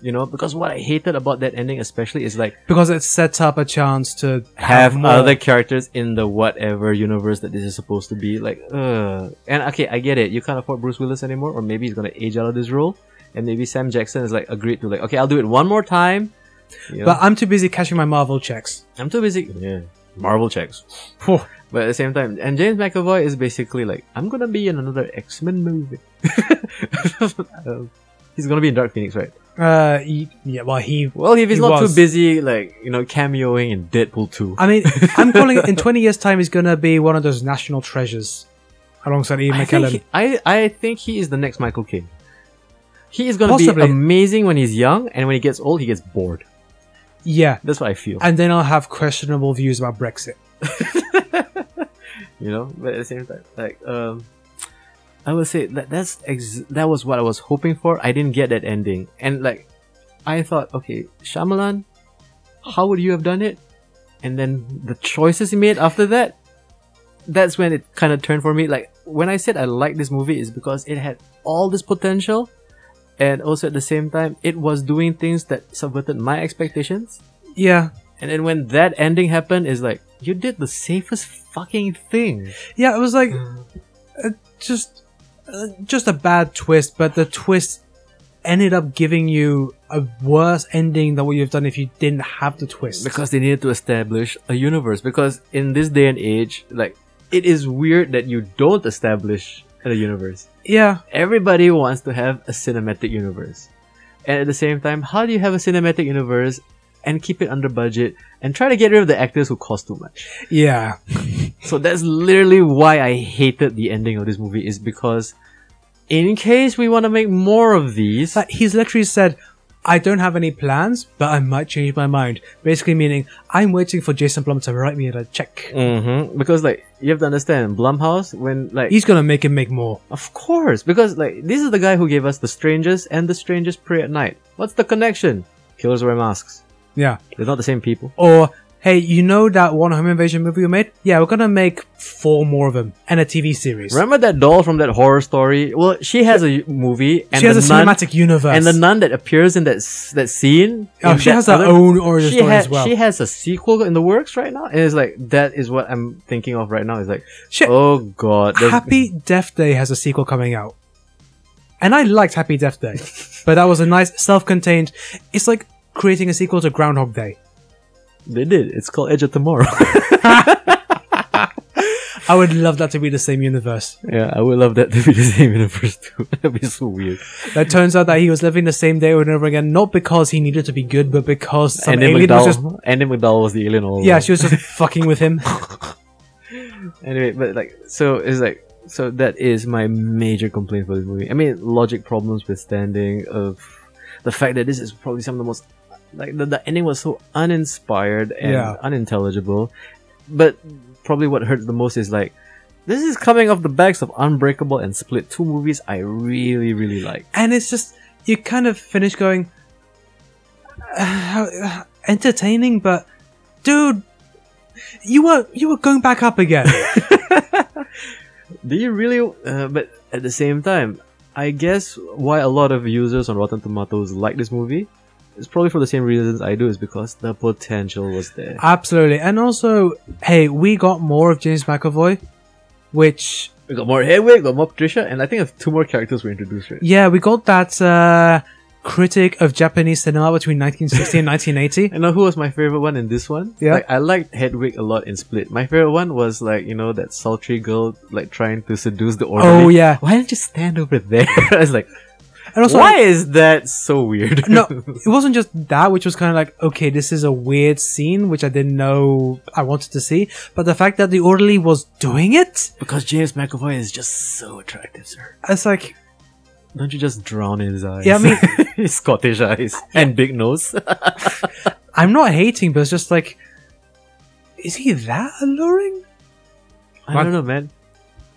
You know, because what I hated about that ending especially is like
because it sets up a chance to
have
more.
other characters in the whatever universe that this is supposed to be. Like, uh And okay, I get it. You can't afford Bruce Willis anymore, or maybe he's gonna age out of this role, and maybe Sam Jackson is like agreed to like, okay, I'll do it one more time. You know,
But I'm too busy cashing my Marvel checks.
I'm too busy. Yeah, Marvel checks.
Phew.
But at the same time, and James McAvoy is basically like, I'm gonna be in another X Men movie. [LAUGHS] Um, he's gonna be in Dark Phoenix, right?
Uh, y- yeah. Well, he.
Well, if he's
He
not
was.
too busy, like you know, cameoing in Deadpool two.
I
[LAUGHS]
mean, I'm calling it in 20 years' time. He's gonna be one of those national treasures, alongside Ian
I think,
McKellen.
he, I, I think he is the next Michael Caine. He is going to be
Possibly.
amazing when he's young, and when he gets old, he gets bored.
yeah.
That's what I feel.
And then I'll have questionable views about Brexit.
you know, but at the same time, like, um, I would say that that's ex- that was what I was hoping for. I didn't get that ending, and like, I thought, okay, Shyamalan, how would you have done it? And then the choices he made after that, that's when it kind of turned for me. Like when I said I like this movie is because it had all this potential, and also at the same time, it was doing things that subverted my expectations.
Yeah.
And then when that ending happened, is like you did the safest fucking thing.
Yeah. It was like uh, just uh, just a bad twist, but the twist ended up giving you a worse ending than what you've done if you didn't have the twist.
because they needed to establish a universe because in this day and age like it is weird that you don't establish a universe
yeah.
everybody wants to have a cinematic universe and at the same time how do you have a cinematic universe and keep it under budget and try to get rid of the actors who cost too much
Yeah.
so that's literally why i hated the ending of this movie is because in case we want to make more of these
But he's literally said, I don't have any plans, but I might change my mind. Basically, meaning, I'm waiting for Jason Blum to write me a check.
Mhm, because like you have to understand blumhouse when like
He's gonna make him make more.
Of course, because like this is the guy who gave us the strangers and the strangers pray at night. What's the connection? Killers wear masks.
Yeah.
They're not the same people.
Or, hey, you know that one home invasion movie we made? Yeah, we're gonna make four more of them and a TV series.
Remember that doll from that horror story? Well, she has a movie and
she has
the
a
nun,
cinematic universe.
and the nun that appears in that s- that scene.
oh,
in
she
that
has her
other-
own origin
She
story
has
as well.
she has a sequel in the works right now, and it's like that is what I'm thinking of right now. It's like,
Shit.
oh god, there's-
Happy Death Day has a sequel coming out. And I liked Happy Death Day, but that was a nice self contained. It's like creating a sequel to Groundhog Day.
they did. It's called Edge of Tomorrow. [LAUGHS]
I would love that to be the same universe.
yeah, I would love that to be the same universe too. [LAUGHS] That'd be so weird.
It turns out that he was living the same day over and over again, not because he needed to be good, but because some
And then
alien
McDowell,
was just
Andy McDowell was the alien all
yeah,
along.
she was just [LAUGHS] fucking with him.
Anyway, but like, so it's like, so that is my major complaint for this movie. I mean, logic problems withstanding of the fact that this is probably some of the most, like, the, the ending was so uninspired and
Yeah.
unintelligible. But probably what hurts the most is like, this is coming off the backs of Unbreakable and Split, two movies I really, really like.
And it's just you kind of finish going "Uh, how- uh, entertaining, but dude, you were you were going back up
[LAUGHS]
again.
Do you really? Uh, but at the same time, I guess why a lot of users on Rotten Tomatoes like this movie is probably for the same reasons I do. Is because the potential was there.
Absolutely. And also, hey, we got more of James McAvoy, which
We got more Hedwig, got more Patricia, and I think if two more characters were introduced. Right?
yeah, we got that uh, critic of Japanese cinema between 1960 and
[LAUGHS]
1980.
And now who was my favorite one in this one?
Yeah.
like, I liked Hedwig a lot in Split. My favorite one was like you know that sultry girl like trying to seduce the orderly.
Oh yeah,
Why don't you stand over there? [LAUGHS] I was like,
and also
why is that so weird?
no,
[LAUGHS]
it wasn't just that, which was kind of like, okay, this is a weird scene, which I didn't know I wanted to see. But the fact that the orderly was doing it,
because James McAvoy is just so attractive, sir.
it's like,
Don't you just drown in [LAUGHS] his eyes?
Yeah, I mean- [LAUGHS]
his Scottish eyes and big nose.
I'm not hating, but it's just like, is he that alluring?
I don't know, man.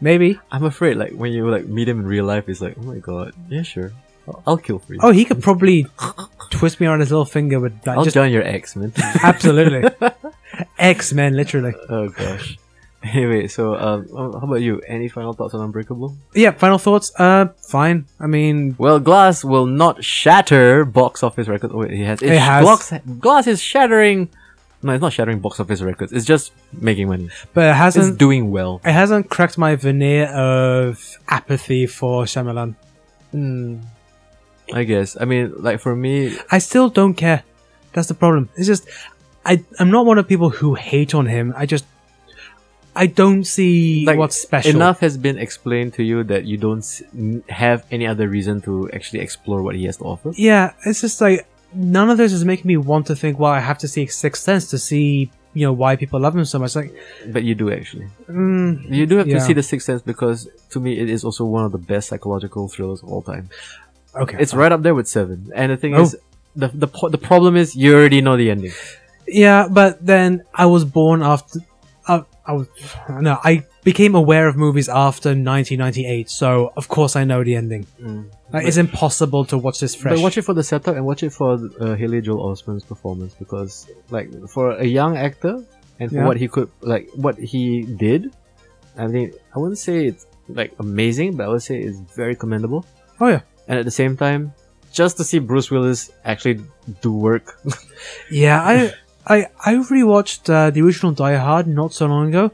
Maybe.
I'm afraid, like when you like meet him in real life, it's like, oh my god, yeah, sure, I'll, I'll kill for you.
Oh, he could
[LAUGHS]
probably twist me around his little finger with like,
I'll
just
join your ex, man. [LAUGHS]
absolutely X Men, literally.
oh gosh. Anyway, so um, how about you? Any final thoughts on Unbreakable?
Yeah. Final thoughts. Uh, fine. I mean,
Well, Glass will not shatter box office records. Oh, wait, he has.
It has.
Glass, Glass is shattering. No, it's not shattering box office records. It's just making money.
but it
It's
hasn't.
doing well.
It hasn't cracked my veneer of apathy for Shyamalan.
Mm, I guess. I mean, like for me,
I still don't care. That's the problem. It's just I I'm not one of people who hate on him. I just I don't see
Like,
what's special.
enough has been explained to you that you don't s- n- have any other reason to actually explore what he has to offer.
Yeah, it's just like none of this is making me want to think. Well, I have to see Sixth Sense to see you know why people love him so much. Like,
But you do actually.
mm,
You do have to
Yeah.
see The Sixth Sense because to me, it is also one of the best psychological thrillers of all time.
okay,
It's right up there with Seven. And the thing
Oh.
is, the the po- the problem is you already know the ending.
yeah, but then I was born after. Uh, I was no, I became aware of movies after 1998, so of course I know the ending. Like, Mm. it's impossible to watch this fresh.
But watch it for the setup and watch it for uh, Haley Joel Osment's performance because, like, for a young actor and for
Yeah.
what he could, like, what he did, I mean, I wouldn't say it's like amazing, but I would say it's very commendable.
oh yeah,
And at the same time, just to see Bruce Willis actually do work,
Yeah,
[LAUGHS]
I I I rewatched uh, the original Die Hard not so long ago,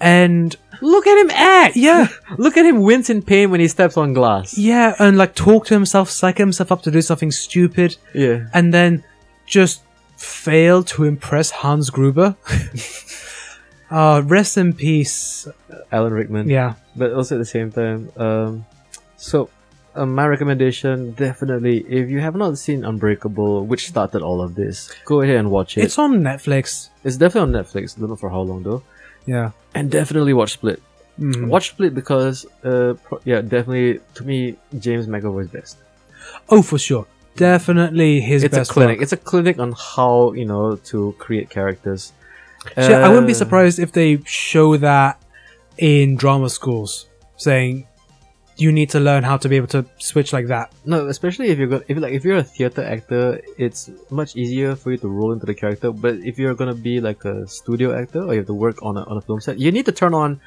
and
look at him act. [LAUGHS]
yeah,
look at him wince in pain when he steps on glass.
yeah, and like talk to himself, psych himself up to do something stupid,
yeah.
and then just fail to impress Hans
[LAUGHS]
Gruber. uh, rest in peace.
Alan Rickman.
Yeah,
but also at the same time, um, so uh, my recommendation definitely if you have not seen Unbreakable, which started all of this, go ahead and watch it. It's,
it's on Netflix.
definitely on Netflix. Don't know for how long though,
Yeah,
and definitely watch Split.
Mhm.
Watch Split because uh, pro- yeah, definitely to me James McAvoy is best.
oh for sure, definitely his
it's a
best
clinic.
work.
It's a clinic on how you know to create characters.
Shit, I wouldn't be
Uh,
surprised if they show that in drama schools, saying you need to learn how to be able to switch like that.
No, especially if you're gonna if like if you're a theater actor, it's much easier for you to roll into the character. But if you're gonna be like a studio actor or you have to work on a on a film set, you need to turn on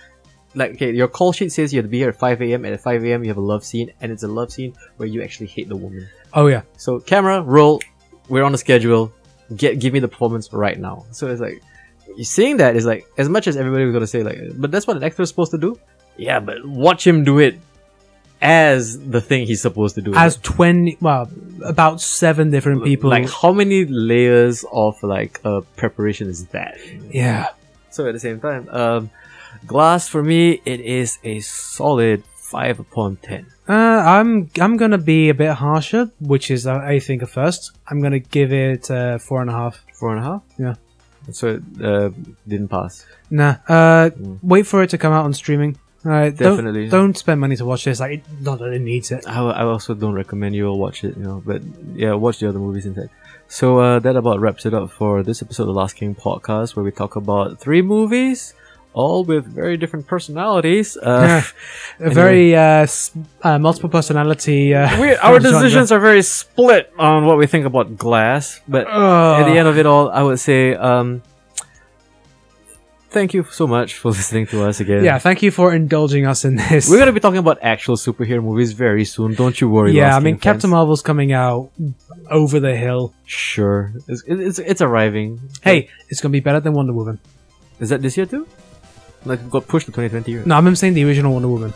like okay, your call sheet says you have to be here at five a.m. and at five a.m. you have a love scene, and it's a love scene where you actually hate the woman.
Oh yeah,
So camera roll, we're on a schedule. Get give me the performance right now. So it's like seeing that is like as much as everybody was gonna say like, but that's what an actor is supposed to do. Yeah, but watch him do it as the thing he's supposed to do.
as twenty, well, about seven different people.
like how many layers of like uh, preparation is that
yeah,
so at the same time um glass for me it is a solid 5 upon 10
uh, I'm I'm gonna be a bit harsher, which is uh, I think a first. I'm gonna give it uh, four and a half.
four and a half
Yeah.
so it uh, didn't pass
Nah, uh,
Mm.
wait for it to come out on streaming. Uh,
Definitely.
Don't, don't spend money to watch this. Like, it- not that it needs
[LAUGHS]
it.
I, I also don't recommend you all watch it you know but yeah watch the other movies instead so uh, that about wraps it up for this episode of the last king podcast where we talk about three movies all with very different personalities
[LAUGHS]
uh,
a very uh, s- uh, multiple personality. Uh, [LAUGHS]
we, our
genre.
decisions are very split on what we think about glass but
Uh.
at the
Ugh.
end of it all i would say um thank you so much for [LAUGHS] listening to us again
yeah, thank you for indulging us in this.
we're gonna be talking about actual superhero movies very soon don't you worry
[LAUGHS] yeah,
Lost
I mean,
King fans.
Captain Marvel's coming out over the hill.
sure it's, it- it's, it's arriving
Hey, it's gonna be better than Wonder Woman.
is that this year too like got pushed to 2020 right?
No, I'm saying the original Wonder Woman.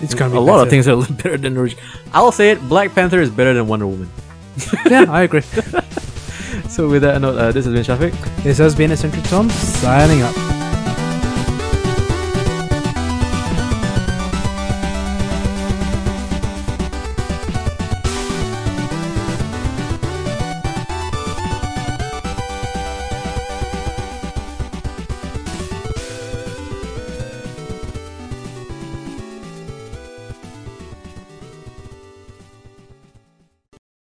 It's gonna be
a lot of
better.
things are [LAUGHS] better than original. I'll say it. Black Panther is better than Wonder Woman.
[LAUGHS] yeah, I agree.
So with that note, uh, this has been Shafiq.
This has been Eccentric Tom signing up.